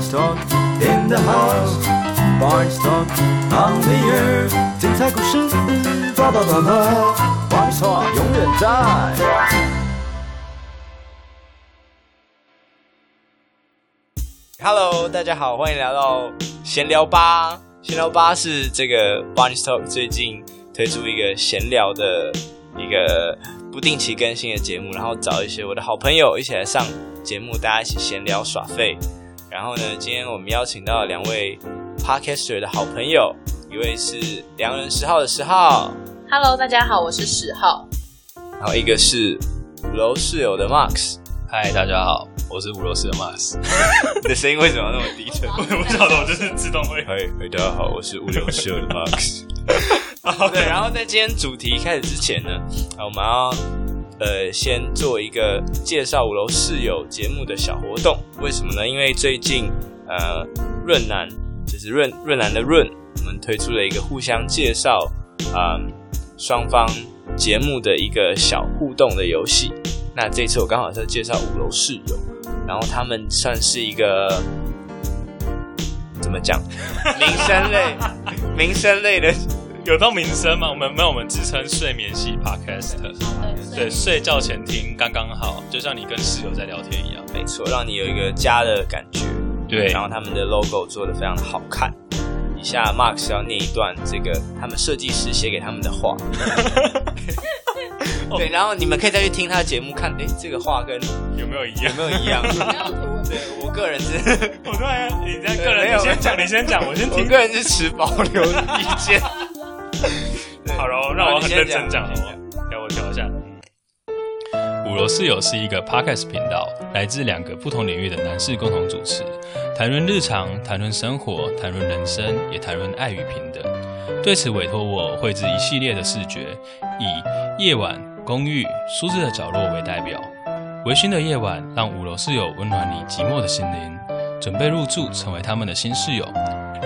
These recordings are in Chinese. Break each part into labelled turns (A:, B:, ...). A: stock in the house, Barn stock on the air，精彩故事叭叭叭叭，王一川永远在。
B: Hello，大家好，欢迎来到闲聊吧。闲聊吧是这个 Barney Talk 最近推出一个闲聊的一个不定期更新的节目，然后找一些我的好朋友一起来上节目，大家一起闲聊耍废。然后呢，今天我们邀请到两位 Podcaster 的好朋友，一位是良人十号的十号，
C: Hello，大家好，我是十号。
B: 然后一个是五楼室友的 Max。
D: 嗨，大家好，我是五楼市的 Max。
B: 你的声音为什么 那么低 沉？
D: 我不晓得，我就是自动会。
B: 嗨，嗨，大家好，我是物流社的 Max。对，然后在今天主题开始之前呢，啊我们要呃先做一个介绍五楼室友节目的小活动。为什么呢？因为最近呃润南就是润润南的润，我们推出了一个互相介绍啊、双方节目的一个小互动的游戏。那这次我刚好是介绍五楼室友，然后他们算是一个怎么讲 民生类民生类的
D: 有到名声吗？我们没有，我们自称睡眠系 Podcast。对，睡觉前听刚刚好，就像你跟室友在聊天一样。
B: 没错，让你有一个家的感觉。
D: 对
B: 然后他们的 logo 做的非常的好看。以下 Max 要念一段这个他们设计师写给他们的 话。对，然后你们可以再去听他的节目，看诶这个话跟有
D: 有没有一样？
B: 没有一样？对我个人 是，
D: 我突然，你在 个
B: 没有
D: 人，你先讲，你先讲，我先
B: 我
D: 听。
B: 个人是持保留意见。对
D: 好了，让我很认真讲
B: 好
D: 好
B: 你先
D: 了，给我调一下。五楼室友是一个 podcast 频道，来自两个不同领域的男士共同主持，谈论日常，谈论生活，谈论人生，也谈论爱与平等。对此委托我绘制一系列的视觉，以夜晚、公寓、舒适的角落为代表。微醺的夜晚，让五楼室友温暖你寂寞的心灵。准备入住，成为他们的新室友。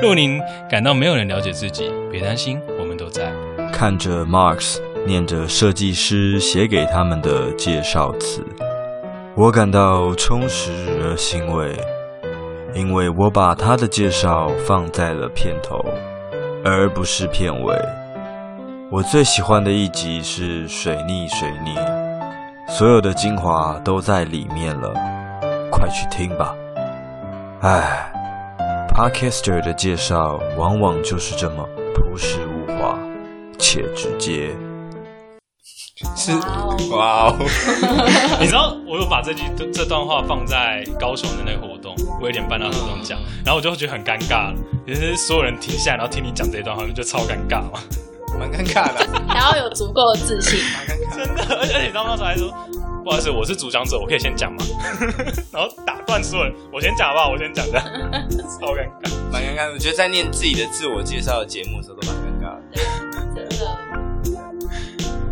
D: 若您感到没有人了解自己，别担心，我们都在。
A: 看着 Marx 念着设计师写给他们的介绍词，我感到充实而欣慰，因为我把他的介绍放在了片头，而不是片尾。我最喜欢的一集是《水逆水逆》，所有的精华都在里面了，快去听吧。唉 p a r k e s t e r 的介绍往往就是这么朴实无华。且直接。
B: 是
C: 哇哦
B: 哇哦，
D: 你知道，我有把这句这段话放在高雄的那个活动，我有点办到活动讲，然后我就觉得很尴尬，就是所有人停下来，然后听你讲这段话，你不觉得超尴尬吗？
B: 蛮尴尬的，
C: 还要有足够的自信。
B: 蛮尴尬的。
D: 真的，而且而且你知道那时候还说，不好意思，我是主讲者，我可以先讲吗？ 然后打断所有人，我先讲吧，我先讲 的，超尴尬。
B: 蛮尴尬的。我觉得在念自己的自我介绍的节目的时候都蛮尴尬的。
C: 真的，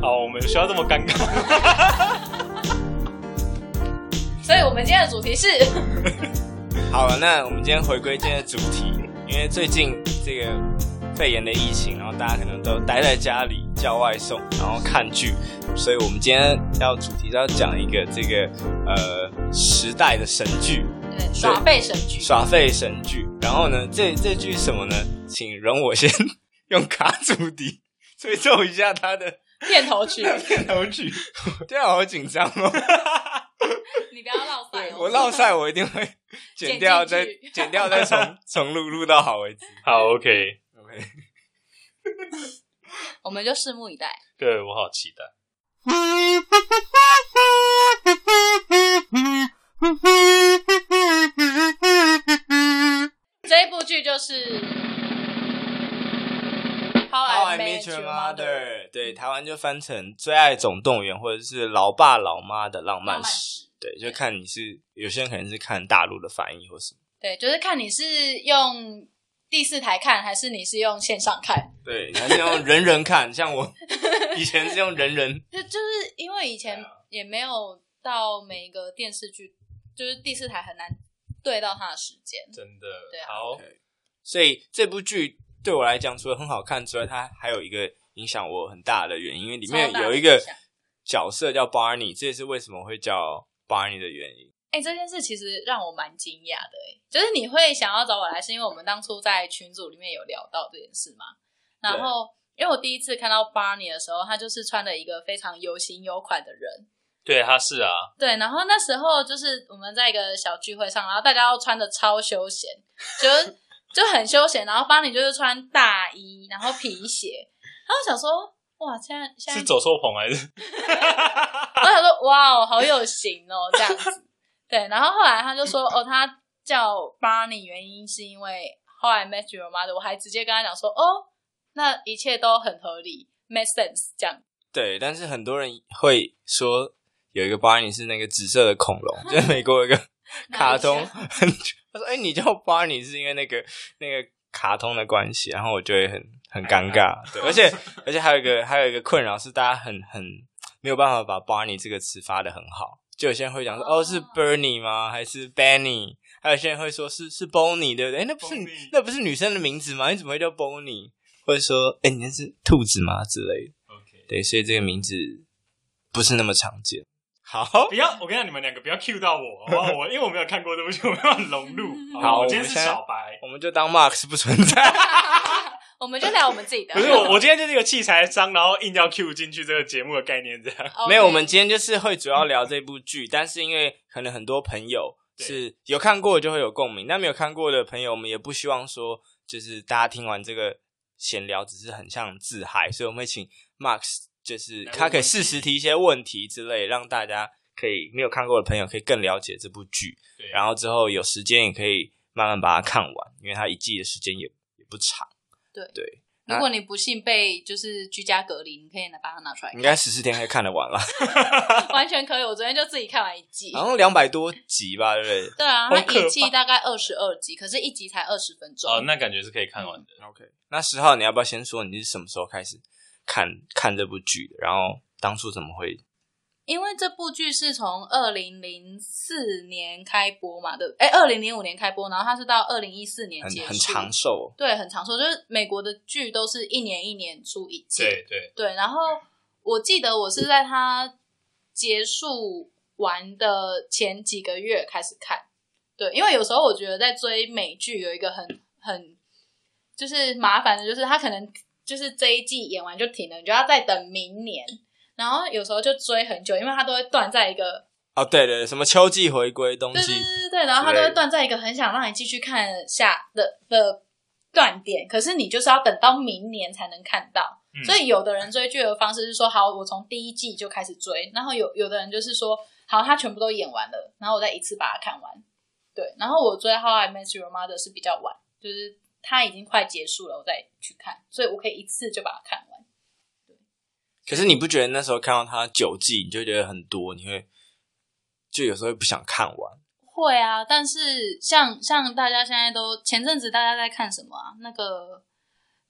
D: 好，我们需要这么尴尬？
C: 所以我们今天的主题是，
B: 好了，那我们今天回归今天的主题，因为最近这个肺炎的疫情，然后大家可能都待在家里叫外送，然后看剧，所以我们今天要主题是要讲一个这个呃时代的神剧，
C: 对 耍废神剧。
B: 耍废神剧。然后呢， 这这剧是什么呢？请容我先 用卡祖 笛吹奏一下它的
C: 片头曲，
B: 片头曲，这样好紧张哦。
C: 你不要绕赛
B: 对
C: 哦。
B: 我落赛，我一定会 剪
C: 剪
B: 掉，
C: 进
B: 再
C: 去
B: 剪掉，再 重重录，录到好为止。
D: 好，OK，
B: OK，
C: 我们就拭目以待。
D: 对我好期待。
C: 这一部剧就是《How
B: How
C: I
B: I
C: Met
B: Met
C: Your
B: Your
C: Mother》
B: Mother，对，嗯台湾就翻成《最爱总动员》或者是《老爸老妈的浪漫
C: 浪漫
B: 史》。对，就看你是有些人可能是看大陆的翻译或什么。
C: 对，就是看你是用第四台看，还是你是用线上看。
B: 对，你还是用人人看，像 我以前是用人人。
C: 就就是因为以前也没有到每一个电视剧，就是第四台很难对到它的时间。
D: 真的
C: 对啊
D: 好，
B: 所以这部剧对我来讲，除了很好看之外，它还有一个影响我很大的原因，因为里面
C: 超大的
B: 有一个
C: 影响
B: 角色叫 Barney，这也是为什么会叫 Barney 的原因。
C: 哎、哎、这件事其实让我蛮惊讶的、哎，就是你会想要找我来，是因为我们当初在群组里面有聊到这件事嘛。然后，因为我第一次看到 Barney 的时候，他就是穿了一个非常有型有款的人，
D: 对，他是啊，
C: 对。然后那时候就是我们在一个小聚会上，然后大家都穿的超休闲， 就就很休闲。然后 Barney 就是穿大衣，然后皮鞋。然后我想说，哇，现在现在
D: 是走错棚 还是？
C: 我想说，哇哦，好有型哦，这 样子。对，然后后来他就说，哦，他叫 Barney 原因是因为后来 Met Your Mother，我还直接跟他讲说，哦，那一切都很合理，make sense 这样。
B: 对，但是很多人会说有一个 Barney 是那个紫色的恐龙，就是美国有一个卡通，很他说：“哎、你叫 Barney 是因为那个那个卡通的关系。”然后我就会很很尴尬，对，而且而且还有一个还有一个困扰是，大家很很没有办法把 Barney 这个词发的很好，就有些人会讲说：“哦，是 Bernie 吗？还是 Benny？” 还有些人会说是是 Bonnie，对不对？哎那不是
D: Bonnie
B: 那不是女生的名字吗？你怎么会叫 Bonnie？或者说，哎，你那是兔子吗？之类的。
D: OK，
B: 对，所以这个名字不是那么常见。好，
D: 不要，我跟你讲，你们两个不要 cue 到我，好不好？我因为我没有看过这部剧，我没有融入。不
B: 好
D: 我今天是
B: 我们现在
D: 小白，
B: 我们就当 Max 不存 在。
C: 我们就聊我们自己的，
D: 不是 我，我今天就是一个器材商，然后硬要 cue 进去这个节目的概念，这样。
C: OK
B: 没有，我们今天就是会主要聊这部剧，但是因为可能很多朋友是有看过的就会有共鸣，那没有看过的朋友，我们也不希望说就是大家听完这个闲聊只是很像自嗨，所以我们会请 Max 就是
D: 来问
B: 他可以
D: 问题
B: 适时提一些问题之类，让大家可以没有看过的朋友可以更了解这部剧，
D: 对
B: 然后之后有时间也可以慢慢把它看完，因为它一季的时间也也不长。
C: 对
B: 对，
C: 如果你不幸被就是居家隔离，你可以拿把它拿出来
B: 应该十四天可以看得完吧？
C: 看，完全可以。我昨天就自己看完一季，
B: 好像两百多集吧，对不对
C: 对啊，
D: 好
C: 它
D: 可怕
C: 一季大概二十二集，可是一集才二十分钟。
D: 哦，那感觉是可以看完的。
B: ？OK，那十号你要不要先说你是什么时候开始看看这部剧的？然后当初怎么会？
C: 因为这部剧是从二零零四年开播嘛，对不对？哎，二零零五年开播，然后它是到二零一四年
B: 很
C: 结束，
B: 很长，寿、哦，
C: 对，很长寿。就是美国的剧都是一年一年出一季，
D: 对对，
C: 对。然后我记得我是在它结束完的前几个月开始看，对，因为有时候我觉得在追美剧有一个很很就是麻烦的，就是它可能就是这一季演完就停了，你就要再等明年。然后有时候就追很久，因为它都会断在一个
B: 哦，对对对，什么秋季回归，冬
C: 对
B: 季
C: 对对对对，然后它
B: 之类的
C: 都会断在一个很想让你继续看下的的断点，可是你就是要等到明年才能看到。
D: 嗯
C: 所以有的人追剧的方式是说，好，我从第一季就开始追，然后有有的人就是说，好，它全部都演完了，然后我再一次把它看完。对，然后我追《How I Met Your Mother》是比较晚，就是它已经快结束了，我再去看，所以我可以一次就把它看完。
B: 可是你不觉得那时候看到它九季，你就觉得很多，你会就有时候会不想看完。
C: 会啊，但是像像大家现在都前阵子大家在看什么啊？那个《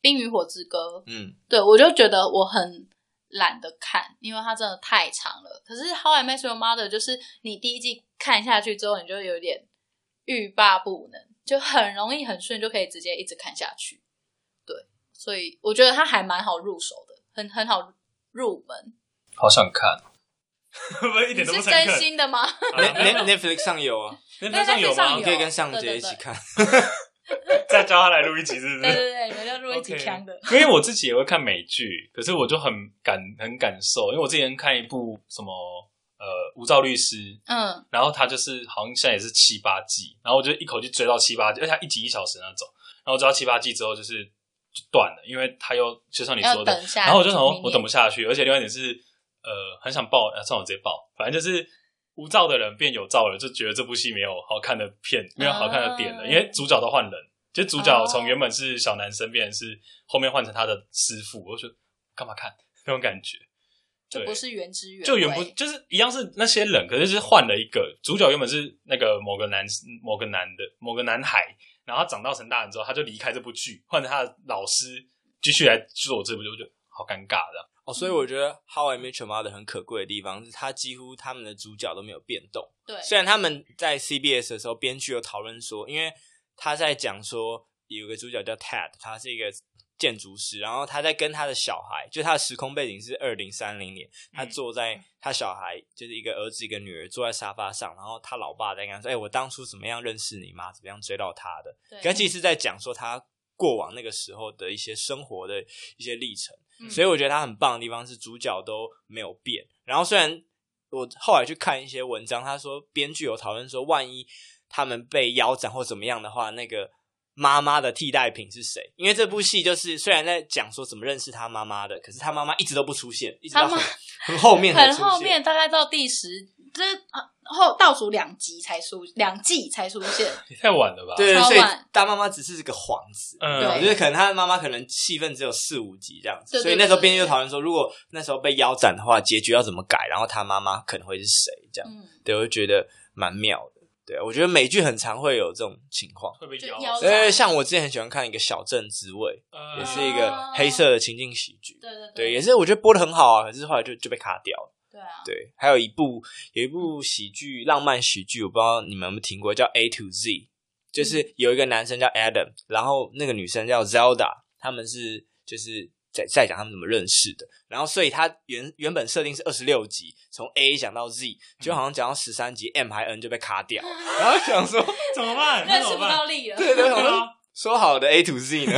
C: 冰与火之歌》，
B: 嗯，
C: 对我就觉得我很懒得看，因为它真的太长了。可是《How I Met Your Mother》就是你第一季看下去之后，你就有点欲罢不能，就很容易很顺就可以直接一直看下去。对，所以我觉得它还蛮好入手的，很很好入门。
D: 好想 看，不是一
C: 你
D: 点都不
C: 是
D: 诚
C: 更
D: 恳。
C: 新的吗？
B: Net Net- Netflix 上有啊，
D: 那那上有吗
C: 有
B: 你？可以跟上
C: 对
B: 节
C: 对
B: 一起
C: 对
B: 看。
D: 再教他来录一集，是不
C: 对
D: 是？
C: 对对，你们就入一起
D: OK
C: 枪的。
D: 因为我自己也会看美剧，可是我就很感很感受，因为我之前看一部什么呃《无照律师》，
C: 嗯，
D: 然后他就是好像现在也是七八季，然后我就一口气追到七八季，而且它一集一小时那种，然后追到七八季之后就是就断了，因为他又就像你
C: 要
D: 说的，
C: 等下。
D: 然后我就想说我等不下去，而且另外一点是呃很想爆，啊算了我直接爆，反正就是。无照的人变有照了，就觉得这部戏没有好看的片，没有好看的点了，
C: 啊
D: 因为主角都换人，就主角
C: 哦
D: 从原本是小男生变成是后面换成他的师傅，我就觉得干嘛看那种感觉，
C: 就
D: 对
C: 不是原汁原味
D: 就原不就是一样是那些人，可是是换了一个主角，原本是那个某个男某个男的某个男孩，然后他长大成大人之后，他就离开这部剧，换成他的老师继续来做这部剧，我就好尴尬的。
B: 哦，所以我觉得《How I Met Your Mother》很可贵的地方是，它几乎他们的主角都没有变动。
C: 对，
B: 虽然他们在 CBS 的时候，编剧有讨论说，因为他在讲说有个主角叫 Ted，他是一个建筑师，然后他在跟他的小孩，就他的时空背景是二零三零年，他坐在他小孩就是一个儿子一个女儿坐在沙发上，然后他老爸在跟他说：“哎、我当初怎么样认识你妈，怎么样追到她的。”
C: 对，
B: 可其实是在讲说他过往那个时候的一些生活的一些历程。
C: 嗯
B: 所以我觉得它很棒的地方是主角都没有变。然后虽然我后来去看一些文章，他说编剧有讨论说，万一他们被腰斩或怎么样的话，那个妈妈的替代品是谁？因为这部戏就是虽然在讲说怎么认识他妈妈的，可是他妈妈一直都不出现，一直到
C: 他妈
B: 很很后面才
C: 很
B: 出
C: 后
B: 现。
C: 面，大概到第十，这啊后倒数两集才出，两季才出现。
D: 也太晚了吧？嗯
B: 对，
C: 超
B: 所以
C: 晚
B: 大妈妈只是个幌子。
C: 对
B: 嗯就是可能他的妈妈可能戏份只有四五集这样子，
C: 对对
B: 所以那时候
C: 对对
B: 编剧就讨论说，如果那时候被腰斩的话，结局要怎么改，然后他妈妈可能会是谁这样，
C: 嗯，
B: 对，我就觉得蛮妙的。对，我觉得美剧很常会有这种情况。
D: 会被
C: 就
D: 咬
C: 腰
D: 死
C: 斩
B: 呃，像我之前很喜欢看一个《小镇之味》，
D: 呃
B: 也是一个黑色的情境喜剧，
C: 啊对对
B: 对，
C: 对
B: 也是我觉得播的很好啊，可是后来就就被卡掉了。
C: 对 啊，
B: 对，还有一部有一部喜剧浪漫喜剧，我不知道你们有没有听过，叫《A to Z》，就是有一个男生叫 Adam，然后那个女生叫 Zelda，他们是就是在在讲他们怎么认识的，然后所以他原原本设定是二十六集，从 A 讲到 Z，就好像讲到十三集，M 还 N 就被卡 掉，然后想 说
D: 怎么办？那
C: 认
D: 怎
C: 识不
D: 么办？
C: 到力了。
B: 对对，我
D: 对
B: 说
D: 啊，
B: 说好的 A to Z 呢？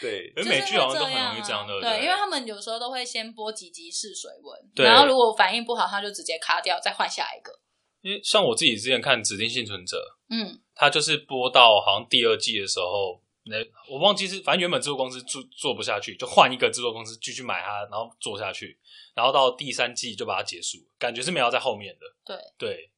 B: 对，
C: 就是
D: 可
C: 是
D: 美剧好像都
C: 会
D: 很容易这样，
C: 啊
D: 对不
C: 对，因为他们有时候都会先播几集试水温，
D: 对
C: 然后如果反应不好，他就直接卡掉，再换下一个。
D: 因为像我自己之前看《指定幸存者》，
C: 嗯，
D: 他就是播到好像第二季的时候，那我忘记是，反正原本制作公司做做不下去，就换一个制作公司继续买它，然后做下去，然后到第三季就把它结束，感觉是没有在后面的。
C: 对
D: 对，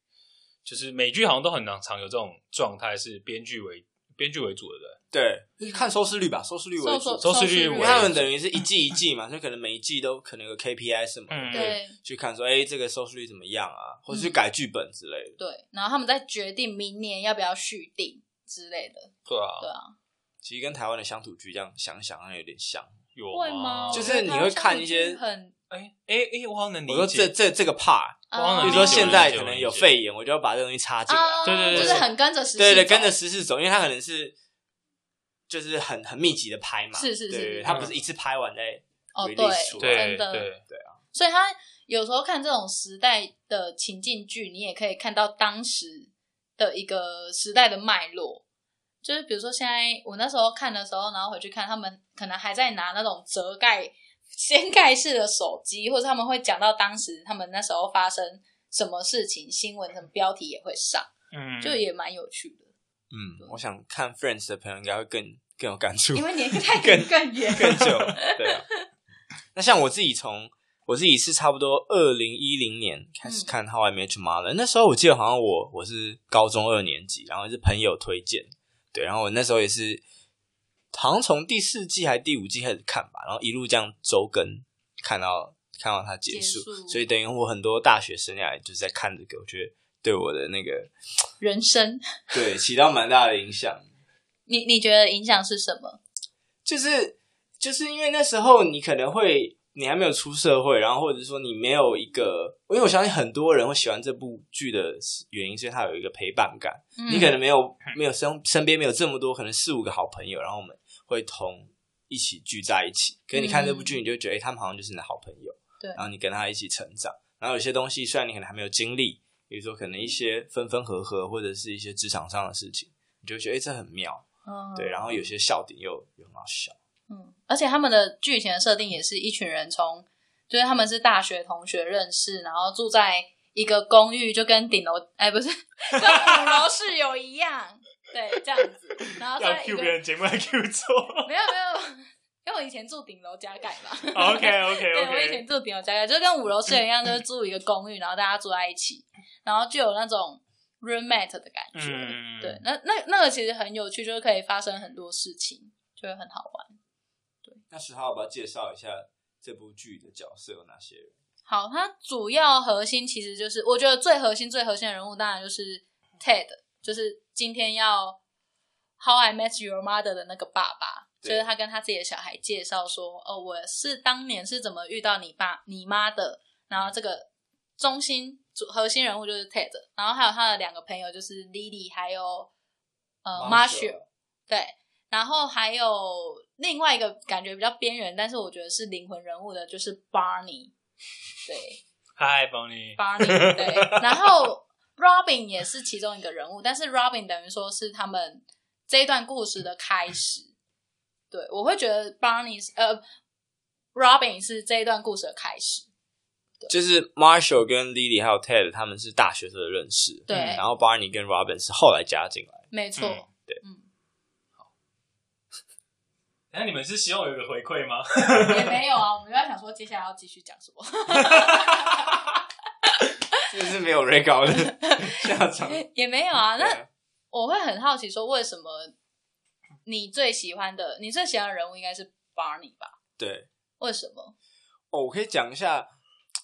D: 就是美剧好像都很常常有这种状态，是编剧为编剧为主的人。
B: 对，就是看收视率吧，收视率为
C: 收
B: 主。
D: 收视率
B: 因
D: 为
B: 为他们等于是一季一季嘛，所以可能每一季都可能有 KPI 什么的，
D: 嗯
C: 对嗯
B: 去看说，哎、这个收视率怎么样啊，或是去改剧本之类的。
C: 对，然后他们再决定明年要不要续订之类的。
D: 对啊，
C: 对啊，
B: 其实跟台湾的乡土剧这样想想，好像有点像。
D: 有
C: 会吗？
B: 就
C: 我
B: 是
C: 觉得
B: 你
C: 台湾
B: 会
C: 乡
B: 看
C: 土
B: 一
C: 剧
B: 些
C: 很，
D: 哎哎哎，我好像能
B: 我说
D: 理
B: 这
D: 解。
B: 这这个 part，
D: 光
C: 啊
D: 能
B: 比如
D: 理解
B: 说现在
D: 我理解
B: 可能
D: 我
B: 有
D: 理解
B: 肺炎，我就要把这东西插进来。
C: 啊，
D: 对对对
C: 就是
D: 对
C: 很跟着时
B: 对对，
C: 走
B: 跟着时事走，因为它可能是就是很很密集的拍嘛。
C: 是是是
B: 对对
C: 是
B: 对，它不是一次拍完再
C: 哦，
B: release
C: 对
B: 出，来
D: 对
C: 真的，
D: 对，
C: 所以他有时候看这种时代的情境剧，你也可以看到当时的一个时代的脉络。就是比如说，现在我那时候看的时候，然后回去看，他们可能还在拿那种折盖、 掀盖式的手机，或者他们会讲到当时他们那时候发生什么事情，新闻什么标题也会上，
D: 嗯，
C: 就也蛮有趣 的。
B: 嗯，我想看 Friends 的朋友应该会更更有感触。
C: 因为年代更更远，
B: 更久， 对啊。那像我自己从我自己是差不多二零一零年开始看《How I Met Your Mother》，那时候我记得好像我我是高中二年级，然后是朋友推荐，对，然后我那时候也是好像从第四季还是第五季开始看吧，然后一路这样周更看到看到它结束，
C: 结束
B: 所以等于我很多大学生涯就是在看这个，我觉得对我的那个
C: 人生，
B: 对起到蛮大的影响。
C: 你你觉得影响是什么？
B: 就是就是因为那时候你可能会你还没有出社会，然后或者说你没有一个，因为我相信很多人会喜欢这部剧的原因，是因为它有一个陪伴感。
C: 嗯
B: 你可能没有没有身身边没有这么多，可能四五个好朋友，然后我们会同一起聚在一起。可是你看这部剧，你就觉得，哎、他们好像就是你的好朋友。
C: 嗯对
B: 然后你跟他一起成长，然后有些东西虽然你可能还没有经历，比如说可能一些分分合合，或者是一些职场上的事情，你就会觉得，哎、这很妙。
C: 嗯
D: 啊
B: 对，然后有些笑点又又很好笑。
C: 嗯，而且他们的剧情的设定也是一群人从，就是他们是大学同学认识，然后住在一个公寓，就跟顶楼哎不是跟五楼室友一样，对，这样子，然后在一个
D: cue 节目来 Q 错。
C: 没有没有，因为我以前住顶楼加盖嘛
D: OK
C: 对我以前住顶楼加盖，就跟五楼室友一样，就是住一个公寓，然后大家住在一起，然后就有那种 roommate 的感觉，
D: 嗯，
C: 对，那那那个其实很有趣，就是可以发生很多事情，就会很好玩。
B: 那十号，要不要介绍一下这部剧的角色有哪些人？
C: 好，它主要核心其实就是，我觉得最核心、最核心的人物当然就是 Ted，就是今天要 How I Met Your Mother 的那个爸爸，
B: 对
C: 就是他跟他自己的小孩介绍说，哦，我是当年是怎么遇到你爸、你妈的，然后这个中心主核心人物就是 Ted，然后还有他的两个朋友就是 Lily 还有呃
B: Marshall
C: Marshall，对，然后还有另外一个感觉比较边缘，但是我觉得是灵魂人物的，就是 Barney，对
D: 嗨，邦尼，
C: Barney，对， 然后 Robin 也是其中一个人物，但是 Robin 等于说是他们这一段故事的开始。对，我会觉得 Barney 是呃 Robin 是这一段故事的开始。
B: 就是 Marshall 跟 Lily 还有 Ted 他们是大学时候的认识，
C: 对
B: 嗯然后 Barney 跟 Robin 是后来加进来。
C: 没错，
D: 嗯
B: 对
C: 嗯，
D: 那你们是希望有一个回馈吗？
C: 也没有啊，我们要想说接下来要继续讲 什么。
B: 这是没有 re 高的 下场。
C: 也没有啊。
B: 对
C: 那
B: 啊
C: 我会很好奇，说为什么你最喜欢的，你最喜欢的人物应该是 Barney 吧？
B: 对，
C: 为什么？
B: 哦，我可以讲一下，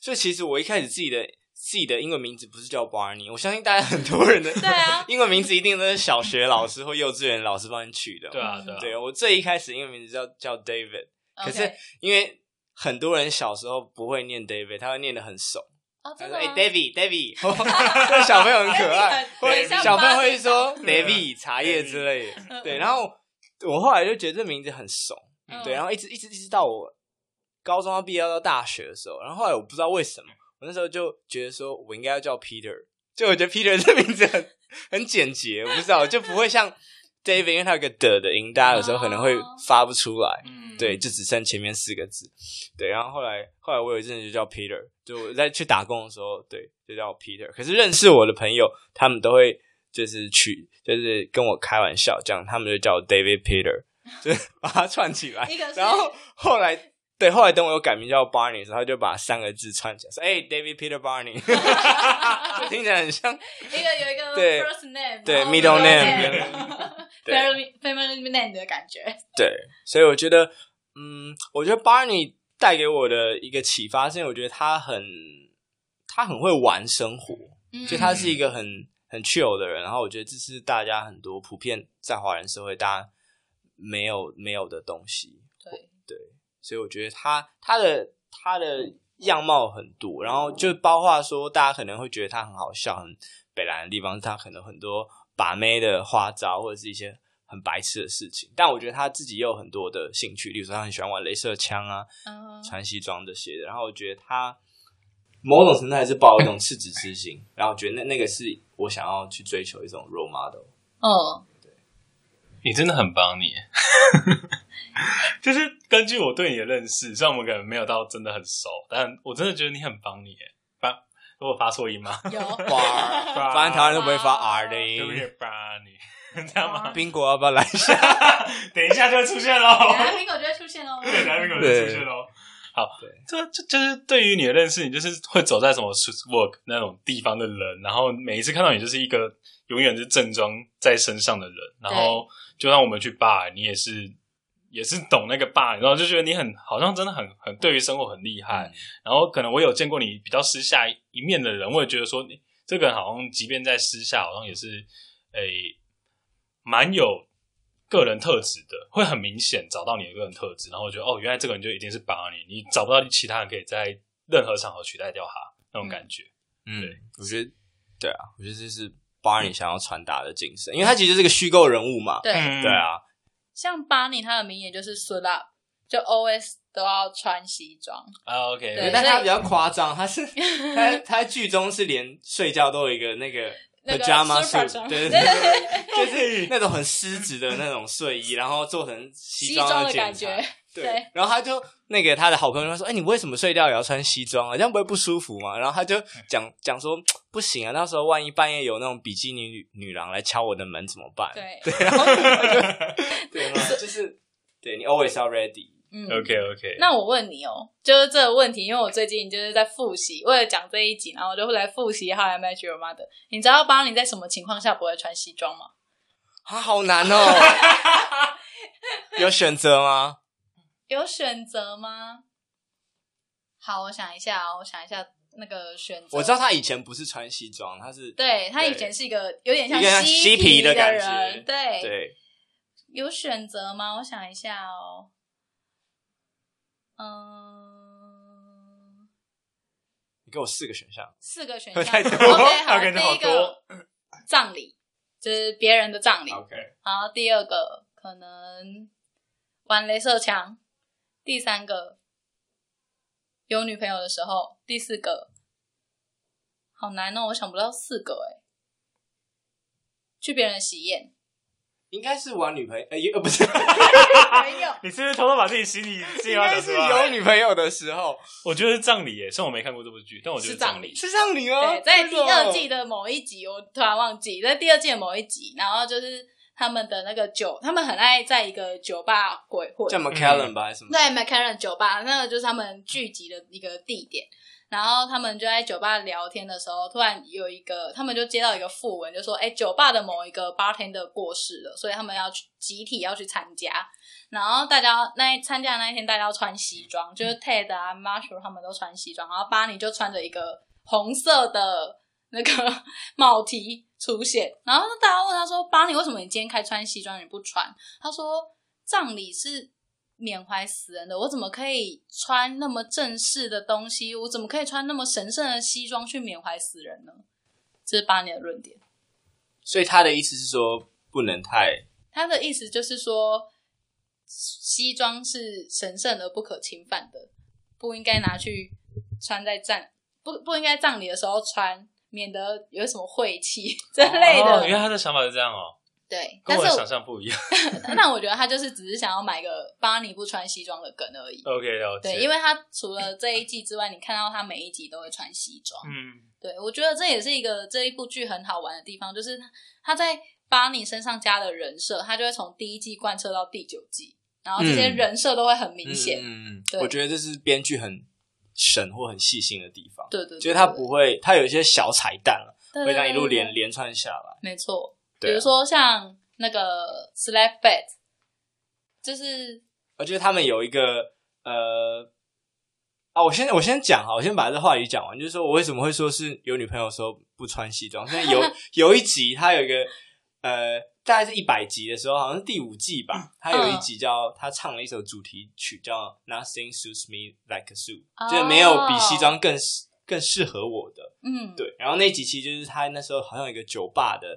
B: 所以其实我一开始自己的自己的英文名字不是叫 Barney，我相信大家很多人的
C: 对啊
B: 英文名字一定都是小学老师或幼稚园老师帮你取的。
D: 对啊，对啊，
B: 对我最一开始英文名字叫叫 David，可是
C: OK
B: 因为很多人小时候不会念 David，他会念的很怂。
C: 哦，
B: 他
C: 真
B: 说：“
C: 的
B: 哎、
C: 吗
B: d a v i d d a v i d 这 小朋友很可爱啊
C: David，很
B: 或者
C: 很像
B: 小朋友
C: 巴
B: 会
C: 士
B: 说
D: 长
B: David 茶叶之类的。对，然后我后来就觉得这名字很怂，
C: 嗯
B: 对，然后一直一直一直到我高中要毕业要到大学的时候，然后后来我不知道为什么，我那时候就觉得说我应该要叫 Peter，就我觉得 Peter 这名字很很简洁，我不知道就不会像 David，因为它有个的的音，大家有时候可能
C: 哦
B: 会发不出来。
D: 嗯
B: 对，，就只剩前面四个字。对，然后后来后来我有一阵子就叫 Peter，就我在去打工的时候，对，就叫 Peter。可是认识我的朋友，他们都会就是取，就是跟我开玩笑，这样他们就叫我 David Peter，就是 把它串起来。
C: 一个是
B: 然后后来。对，后来等我有改名叫 Barney 的时候，他就把三个字串起来，说：“哎、d a v i d Peter Barney，就听起来很像
C: 一个有一个
B: 对
C: first name，
B: 对
C: 然后
B: middle
C: middle
B: name
C: name
B: 对
C: family family name 的感觉。
B: 对，所以我觉得，嗯，我觉得 Barney 带给我的一个启发，是因为我觉得他很他很会玩生活，
C: 嗯
B: 就他是一个很很 chill 的人。然后我觉得这是大家很多普遍在华人社会大家没有没有的东西，
C: 对
B: 所以我觉得他他的他的样貌很多，然后就包括说大家可能会觉得他很好笑、很北兰的地方，是他可能很多把妹的花招或者是一些很白痴的事情，但我觉得他自己也有很多的兴趣，例如说他很喜欢玩镭射枪啊、
C: 嗯
B: 穿西装这些的，然后我觉得他。某种程度还是抱有一种赤子之心，然后我觉得那那个是我想要去追求一种 role model。
C: 嗯，
D: 你真的很帮你， 就是根据我对你的认识，虽然我们可能没有到真的很熟，但我真的觉得你很帮你耶。发，我有发错音吗？
C: 有
B: 哇，反正台湾人不会发 R 的
D: 对不
B: 音
D: 起，帮你，这样吗？
B: 苹果要不要来一下？
D: 等一下就会出现
C: 原
D: 喽
C: 来。苹果就会出现哦。
D: 对，男朋友就出现喽。好
B: 对，
D: 这这就是对于你的认识，你就是会走在什么 s w o r k 那种地方的人，然后每一次看到你就是一个永远是正装在身上的人，然后就让我们去 bar，你也是也是懂那个 bar，然后就觉得你很好像真的很很对于生活很厉
B: 哎
D: 害，然后可能我有见过你比较私下一面的人，我也觉得说你这个人好像即便在私下好像也是诶蛮有个人特质的，会很明显找到你的个人特质，然后我觉得哦，原来这个人就一定是把你，你找不到其他人可以在任何场合取代掉他那种感觉。
B: 嗯
D: 对，
B: 我觉得对啊，我觉得这是 Barney 想要传达的精神，因为他其实是个虚构人物嘛。
C: 对，
D: 嗯
E: 嗯
B: 对，啊，
C: 像 Barney 他的名言就是 “suit up”，就 always 都要穿西装。
D: 啊，OK，
C: 对
B: 但
C: 所以
B: 他比较夸张，他是他他剧中是连睡觉都有一个那个
C: 那个
B: pajama
C: super
B: suit，
C: 装
B: 对对对，就是那种很丝质的那种睡衣，然后做成西
C: 西
B: 装
C: 装的感
B: 剪
C: 觉
B: 裁。，对
C: 对，
B: 然后他就那个他的好朋友就说：“哎、你为什么睡觉也要穿西装啊？这样不会不舒服吗？”然后他就讲讲说：“不行啊，到时候万一半夜有那种比基尼女女郎来敲我的门怎么办？”
C: 对
B: 对，然后他就 对，然后就是对你 always 要 ready。
C: 嗯
D: OK OK，
C: 那我问你哦，就是这个问题，因为我最近就是在复习，为了讲这一集，然后我就会来复习《How I Met Your Mother》。你知道巴尼在什么情况下不会穿西装吗？
B: 啊，好难 哦！有选择吗？
C: 有选择吗？好，我想一下哦，我想一下那个选择。
B: 我知道，他以前不是穿西装，他是
C: 对他以
B: 对
C: 前是一个有点像
B: 一个像嬉
C: 嬉
B: 皮
C: 的
B: 的感
C: 人，
B: 觉
C: 对
B: 对
C: 有选择吗？我想一下哦。嗯，
B: 你给我四个选项，
C: 四个选
B: 会
C: 项。
B: 太多
C: OK，好，
D: OK，那好
C: 第一个葬礼，就是别人的葬礼。
B: OK
C: 然后第二个可能玩镭射枪，第三个有女朋友的时候，第四个好难哦，我想不到四个哎、去别人的喜宴
B: 应该是玩女朋友，呃，也呃 不是，
C: 没有，
E: 你是不是偷偷把自己心里计
B: 应
E: 划
B: 该
E: 讲出
B: 是
E: 来？
B: 有女朋友的时候，
D: 我觉得是葬礼耶，虽然我没看过这部剧，但我觉得
C: 是葬
D: 礼
C: 礼。
B: 是这样你哦
C: 对，，在第二季的某一集，我突然忘记，在第二季的某一集，然后就是他们的那个酒，他们很爱在一个酒吧鬼 混，
B: 叫 McAllen 吧，还是什么？
C: 在 McLaren 酒吧，那个就是他们聚集的一个地点。然后他们就在酒吧聊天的时候，突然有一个，他们就接到一个讣文，就说：“哎，酒吧的某一个 bartender 过世了，所以他们要去集体要去参加。然后大家那一参加的那一天，大家要穿西装，就是
B: 嗯
C: Ted 啊、Marshall 他们都穿西装，然后巴尼就穿着一个红色的那个帽 T 出现。然后大家问他说：巴尼，为什么你今天开穿西装，你不穿？他说葬礼是缅怀死人的，我怎么可以穿那么正式的东西？我怎么可以穿那么神圣的西装去缅怀死人呢？这是巴尼的论点。
B: 所以他的意思是说不能太
C: 他的意思就是说，西装是神圣而不可侵犯的，不应该拿去穿在葬，不不应该葬礼的时候穿，免得有什么晦气 之类的。
D: 哦，原来他的想法是这样哦，
C: 对，但
D: 跟我
C: 是
D: 的想象不一样。
C: 那我觉得他就是只是想要买个巴尼不穿西装的梗 而已。
D: OK，了解。
C: 对，因为他除了这一季之外，你看到他每一集都会穿西装。
D: 嗯，
C: 对，我觉得这也是一个这一部剧很好玩的地方，就是他他在巴尼身上加的人设，他就会从第一季贯彻到第九季，然后这些
B: 嗯
C: 人设都会很明显。
B: 嗯，嗯嗯
C: 对
B: 我觉得这是编剧很神或很细心的地方，
C: 对对对，
B: 嗯就是他
C: 对
B: 不会，他有一些小彩蛋了，
C: 对
B: 会这样一路连
C: 对
B: 连串下来。
C: 没错，比
B: 对啊
C: 如说像那个 Slap Bat，就是
B: 我觉得他们有一个呃。啊，我先我先讲哈，我先把这话语讲完，就是说我为什么会说是有女朋友的时候不穿西装，所以有有一集他有一个呃，大概是一百集的时候，好像是第五季吧，他有一集叫他唱了一首主题曲叫 Nothing Suits Me Like a Suit，、就是没有比西装更更适合我的。
C: 哦嗯，，
B: 对，然后那集其实就是他那时候好像有一个酒吧的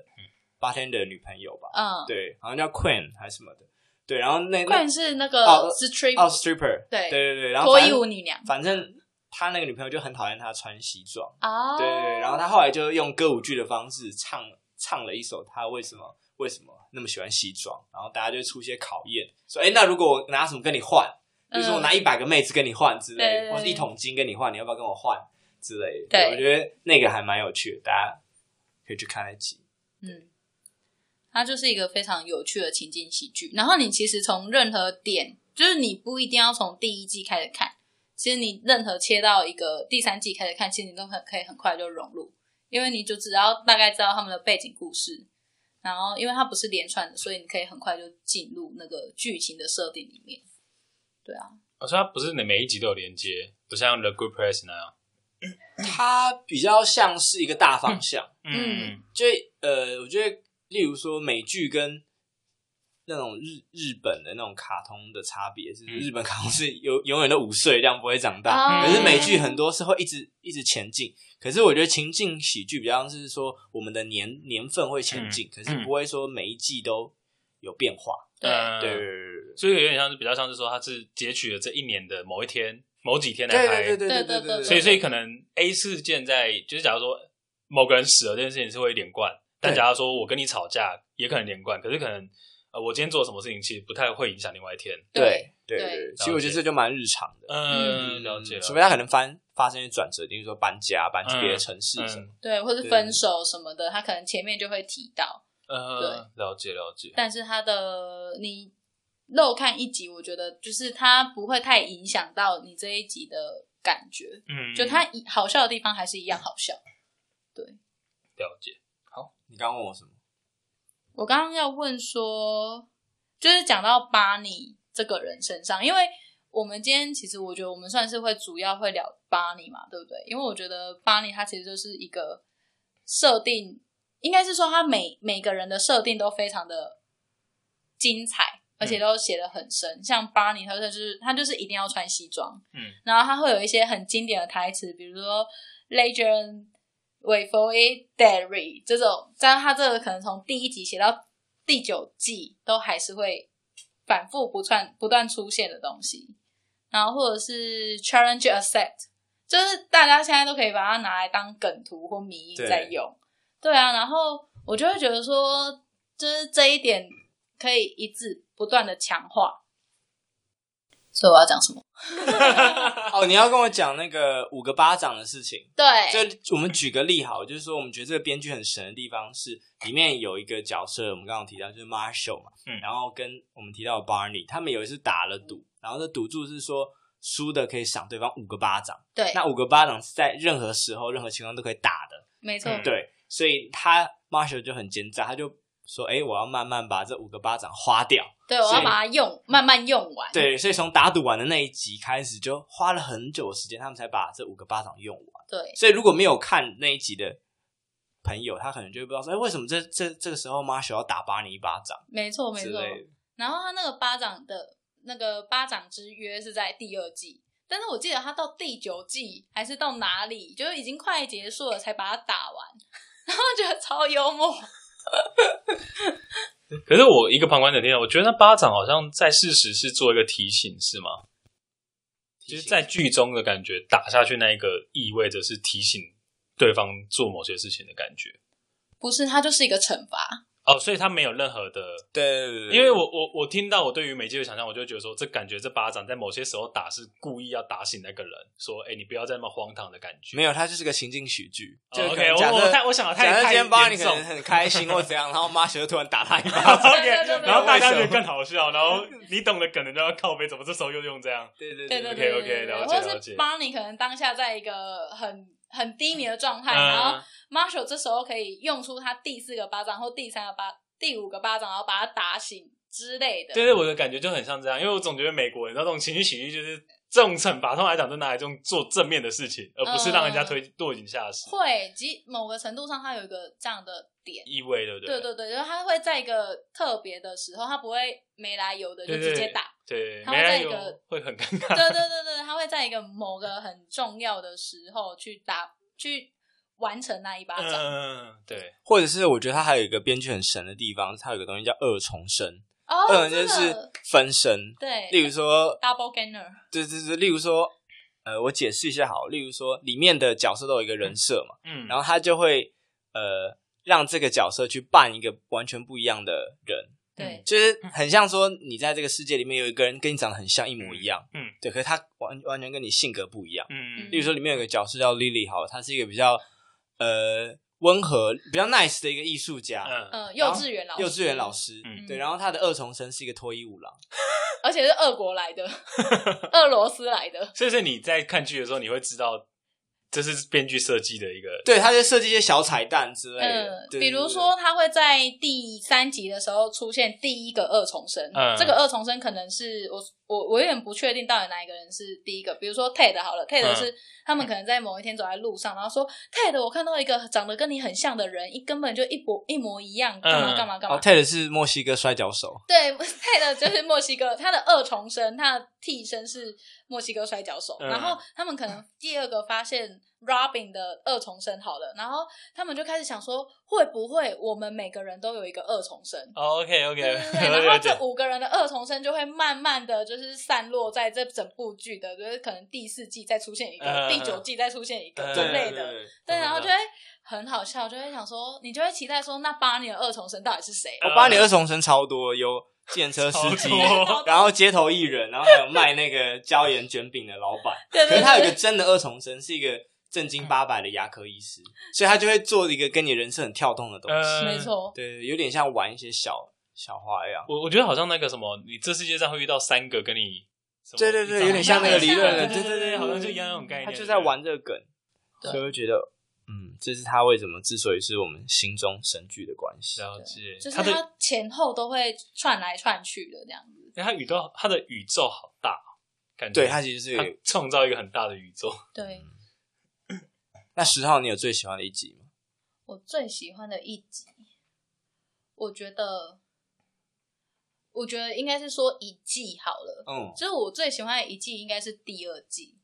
B: bartender 女朋友吧，
C: 嗯，
B: 对，好像叫 Queen 还是什么的，对，然后那那
C: 冠是那个
B: 哦
C: Strip
B: 哦 stripper，
C: 对
B: 对对对，然后
C: 脱
B: 反
C: 衣舞
B: 正
C: 女娘
B: 反正他那个女朋友就很讨厌他穿西装，
C: 啊，
B: 对对对，然后他后来就用歌舞剧的方式唱唱了一首他为什么为什么那么喜欢西装，然后大家就出一些考验，说哎，诶那如果我拿什么跟你换，比如说我拿一百个妹子跟你换之类
C: 嗯对
B: 的，或是一桶金跟你换，你要不要跟我换之类的？
C: 对
B: 我觉得那个还蛮有趣的，大家可以去看一 集。
C: 嗯，它就是一个非常有趣的情境喜剧。然后你其实从任何点，就是你不一定要从第一季开始看，其实你任何切到一个第三季开始看，其实你都很可以很快就融入，因为你就只要大概知道他们的背景故事，然后因为它不是连串的，所以你可以很快就进入那个剧情的设定里面。对啊，
D: 我说他不是每一集都有连接，不像 The Good Press 那样。
B: 它比较像是一个大方向。
C: 嗯，
B: 就呃，我觉得，例如说美剧跟那种日日本的那种卡通的差别是，
D: 嗯
B: 日本卡通是永永远都五岁，这样不会长大。
C: 啊
B: 可是美剧很多是会一直一直前进，可是我觉得情境喜剧比较像是说我们的年年份会前进，可是不会说每一季都有变化。
C: 对
D: 呃
B: 对对，对
D: 所以有点像是比较像是说，他是截取了这一年的某一天、某几天来拍。
B: 对对对对对对对，
D: 所以，所以可能 A 事件在就是，假如说某个人死了这件事情是会连贯，但
B: 对
D: 假如说我跟你吵架也可能连贯，可是可能呃我今天做了什么事情其实不太会影响另外一天。
B: 对对
C: 对
B: 对，其实我觉得这就蛮日常的。
D: 嗯，了解了。
B: 除非他可能翻发生一些转折，比如说搬家、搬去别的城市什么。
D: 嗯
C: 对，或是分手什么的，他可能前面就会提到。
D: 呃，了解了解。
C: 但是它的你漏看一集，我觉得就是它不会太影响到你这一集的感觉，
D: 嗯，
C: 就它一好笑的地方还是一样好笑。
D: 了解。
B: 你刚刚问我什么？
C: 我刚刚要问说，就是讲到巴尼这个人身上，因为我们今天其实我觉得我们算是会主要会聊巴尼嘛，对不对？因为我觉得巴尼他其实就是一个设定，应该是说他每每个人的设定都非常的精彩，而且都写的很深。像巴尼，他就是他就是一定要穿西装，
D: 嗯，
C: 然后他会有一些很经典的台词，比如说 “legend wait for it dairy” 这种，但他这个可能从第一集写到第九季都还是会反复不断不断出现的东西，然后或者是 challenge accept，就是大家现在都可以把它拿来当梗图或迷
B: 对
C: 在用。对啊，然后我就会觉得说，就是这一点可以一直不断的强化。所以我要讲什么？
B: 哦，你要跟我讲那个五个巴掌的事情。
C: 对，
B: 就我们举个例好，就是说我们觉得这个编剧很神的地方是，里面有一个角色，我们刚刚提到就是 Marshall 嘛，
E: 嗯
B: 然后跟我们提到的 Barney，他们有一次打了赌，然后这赌注是说输的可以赏对方五个巴掌，
C: 对，
B: 那五个巴掌是在任何时候、任何情况都可以打的，
C: 没错，
E: 嗯
B: 对，所以他 Marshall 就很奸诈，他就说，哎、我要慢慢把这五个巴掌花掉，
C: 对，我
B: 所
C: 要
B: 以
C: 把它用慢慢用 完。
B: 对，所以从打赌完的那一集开始，就花了很久的时间，他们才把这五个巴掌用完。
C: 对，
B: 所以如果没有看那一集的朋友，他可能就会不知道说，哎、为什么这这这个时候 Marshall 要打巴尼一巴掌
C: 没错，没
B: 之
C: 错。
B: 类的？
C: 然后他那个巴掌的那个巴掌之约是在第二季，但是我记得他到第九季还是到哪里，就是已经快结束了才把它打完， 然后觉得超幽默。
D: 可是我一个旁观者听到，我觉得那巴掌好像在事实是做一个提醒，是吗？就是在剧中的感觉打下去那一个意味着是提醒对方做某些事情的感觉。
C: 不是，它就是一个惩罚。
D: 哦，所以他没有任何的，
B: 对对对对，
D: 因为我我我听到我对于媒介的想象，我就觉得说，这感觉这巴掌在某些时候打是故意要打醒那个人，说，哎、你不要再那么荒唐的感觉。
B: 没有，他就是个情景喜剧。
D: 哦
B: 就
D: OK，我
B: 假
D: 我
B: 设
D: 太我想的太
B: 假设今
D: 太
B: 天巴尼可
D: 严重
B: 能很开心或怎样，然后 Marshall 就突然打他一巴掌。
E: OK，
C: 对对对对
E: 然后大家
B: 为
E: 觉
B: 什
E: 得
B: 么
E: 更好笑，然后你懂的梗的就要靠背，怎么这时候又用这样？
B: 对对
C: 对
B: 对
C: 对
D: 对
C: 对
D: OK，OK，
C: 对对，
D: 了解
C: 或
D: 了
C: 者
D: 解
C: 是帮你可能当下在一个很很低迷的状态，然后
D: 嗯，
C: Marshall 这时候可以用出他第四个巴掌或第三个巴、第五个巴掌，然后把他打醒之类的。
D: 对对，我的感觉就很像这样，因为我总觉得美国人那种情绪喜剧就是这种惩罚，通常来讲都拿来这种做正面的事情，而不是让人
C: 嗯
D: 家推落井下石，
C: 会，即某个程度上，它有一个这样的点。
D: 意味对不
C: 对对对，就是他会在一个特别的时候，他不会没来由的就
D: 对
C: 直
D: 对
C: 接 打。
D: 对，
C: 他
D: 没
C: 会在
D: 人
C: 一个
D: 有会很尴
C: 对
D: 尬。
C: 对对对，他会在一个某个很重要的时候去打，去完成那一巴掌。
D: 嗯，对，
B: 或者是我觉得他还有一个编剧很神的地方，他有一个东西叫二重生，
C: 哦，
B: 二重
C: 真
B: 生
C: 的
B: 嗯是分身。例
C: 对
B: 如说，
C: double gainer，
B: 对对对，例如说，呃，我解释一下好，例如说，里面的角色都有一个人设嘛，
D: 嗯，
B: 然后他就会呃让这个角色去扮一个完全不一样的人，
C: 对
B: 就是
D: 嗯
B: 很像说你在这个世界里面有一个人跟你长得很像，一模一样，
D: 嗯嗯
B: 对，可是他完完全跟你性格不一样。
D: 嗯
B: 例如说，里面有个角色叫 Lily，好了，她是一个比较呃温和、比较 nice 的一个艺术家。
D: 嗯，
C: 呃，幼稚园老师，
B: 幼稚园老，师，
D: 嗯
B: 对，然后他的二重身是一个脱衣舞郎，
C: 而且是俄国来 的，俄罗斯来的，
D: 所以是你在看剧的时候，你会知道这是编剧设计的一个，
B: 对，他就设计一些小彩蛋之类的
D: 呃
C: 嗯，，
B: 对
C: 比如，说他会在第三集的时候出现第一个二重生，
D: 嗯
C: 这个二重生可能是我我我有点不确定到底哪一个人是第一个，比如说 Ted 好了，Ted
D: 嗯
C: 是、他们可能在某一天走在路上，然后说 Ted，我看到一个长得跟你很像的人，一根本就一模一模一样，干嘛
D: 嗯
C: 干嘛
B: 对对
C: 干
B: 对
C: 嘛
B: 哦，，Ted 是墨西哥摔跤手，
C: 对，Ted 就是墨西哥，他的二重身，他的替身是墨西哥摔跤手。
D: 嗯
C: 然后他们可能第二个发现 Robin 的二重身好了，然后他们就开始想说，会不会我们每个人都有一个二重身？
D: OK OK，
C: 对对 对，然后这五个人的二重身就会慢慢的就是散落在这整部剧的，就是可能第四季再出现一个，
D: 嗯
C: 第九季再出现一个
D: 嗯
C: 之
D: 对
C: 类的。
B: 哦
C: 对，然后就会很好笑，就会想说，你就会期待说，那八年的二重身到底是谁？
D: 呃
B: 我八年二重生超多，有电车司机
D: 超多，
B: 然后街头艺人，然后还有卖那个椒盐卷饼的老板。
C: 对
B: 可
C: 对
B: 是
C: 对，
B: 他有一个真的二重生，是一个正经八百的牙科医师，所以他就会做一个跟你人生很跳动的东西。
D: 呃
C: 没错，
B: 对，有点像玩一些小小花样。
D: 我我觉得好像那个什么，你这世界上会遇到三个跟你什么
B: 对对对，有点像那个理论的，对对对，
D: 好像就一样那种概念。
B: 他就在玩这个梗，
C: 对
B: 所以我觉得，嗯，这是他为什么之所以是我们心中神剧的关系。
D: 了解，
C: 就是
D: 他的
C: 它前后都会串来串去的这样子。
D: 因为哎他宇宙他的宇宙好大哦，感觉
B: 对，他其实是有
D: 他创造一个很大的宇宙。
C: 对
B: 那十号，你有最喜欢的一集吗？
C: 我最喜欢的一集，我觉得，我觉得应该是说一季好了。
B: 嗯，
C: 就是我最喜欢的一季应该是第二季，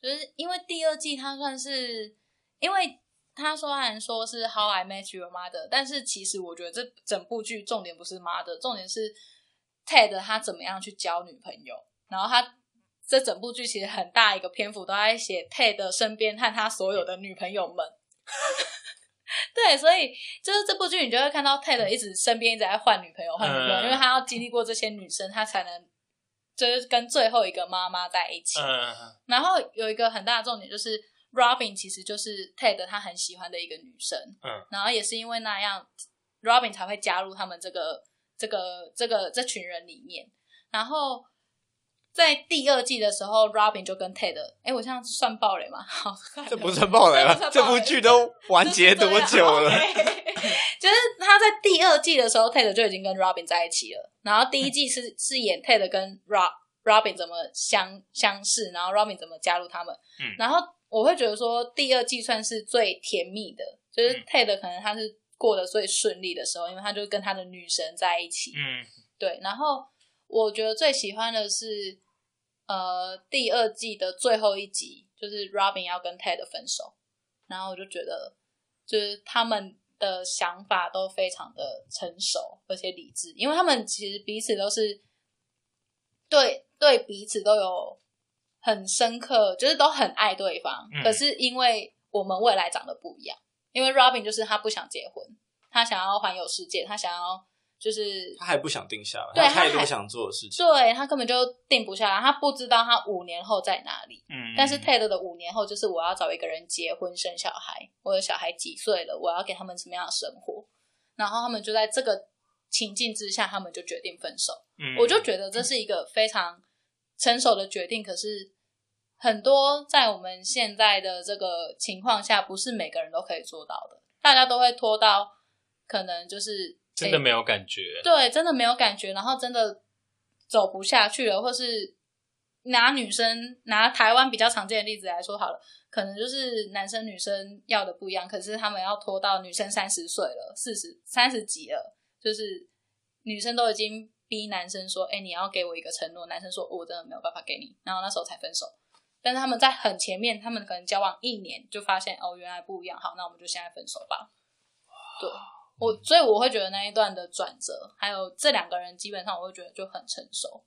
C: 就是因为第二季它算是，因为他虽然说是 How I Met Your Mother，但是其实我觉得这整部剧重点不是 Mother，重点是 Ted 他怎么样去交女朋友，然后他这整部剧其实很大一个篇幅都在写 Ted 身边和他所有的女朋友们。 对，所以就是这部剧，你就会看到 Ted 一直身边一直在换女朋友，换女朋友，
E: 嗯
C: 因为他要经历过这些女生，他才能就是跟最后一个妈妈在一起。
E: 嗯，
C: 然后有一个很大的重点就是，Robin 其实就是 Ted 他很喜欢的一个女生，
E: 嗯，
C: 然后也是因为那样，Robin 才会加入他们这个这个这个这群人里面。然后在第二季的时候，Robin 就跟 Ted，哎，我这样算暴雷吗？ 好，
B: 这不算暴雷吧？
C: 这
B: 这
C: 不算暴
B: 部
C: 雷
B: 剧都完结多久了？
C: 就是这样 OK 啊 就是他在第二季的时候，Ted 就已经跟 Robin 在一起了。然后第一季
B: 嗯
C: 是是演 Ted 跟 Rob Robin 怎么相相识，然后 Robin 怎么加入他们。
E: 嗯
C: 然后我会觉得说，第二季算是最甜蜜的，就是
B: 嗯
C: Ted 可能他是过得最顺利的时候，因为他就跟他的女神在一起。
E: 嗯，
C: 对，然后我觉得最喜欢的是，呃，第二季的最后一集，就是 Robin 要跟 Ted 分手，然后我就觉得，就是他们的想法都非常的成熟而且理智，因为他们其实彼此都是对对彼此都有很深刻，就是都很爱对方，
E: 嗯
C: 可是因为我们未来长得不一样，因为 Robin 就是他不想结婚，他想要环游世界，他想要。就是
B: 他还不想定下来，
C: 对
B: 他有
C: 他
B: 太多
C: 还
B: 想做的事情。
C: 对他根本就定不下来，他不知道他五年后在哪里。
E: 嗯
C: 但是 Ted 的五年后就是我要找一个人结婚生小孩，我的小孩几岁了，我要给他们什么样的生活，然后他们就在这个情境之下，他们就决定分手。
E: 嗯
C: 我就觉得这是一个非常成熟的决定，可是很多在我们现在的这个情况下，不是每个人都可以做到的，大家都会拖到可能就是
D: 真的
C: 诶
D: 没有感觉。
C: 对，真的没有感觉，然后真的走不下去了，或是拿女生拿台湾比较常见的例子来说好了，可能就是男生女生要的不一样，可是他们要拖到女生三十岁了，四十三十几了，就是女生都已经逼男生说，哎、你要给我一个承诺，男生说、我真的没有办法给你，然后那时候才分手。但是他们在很前面，他们可能交往一年就发现哦，原来不一样，好，那我们就现在分手吧。对，我所以我会觉得那一段的转折，还有这两个人基本上我会觉得就很成熟。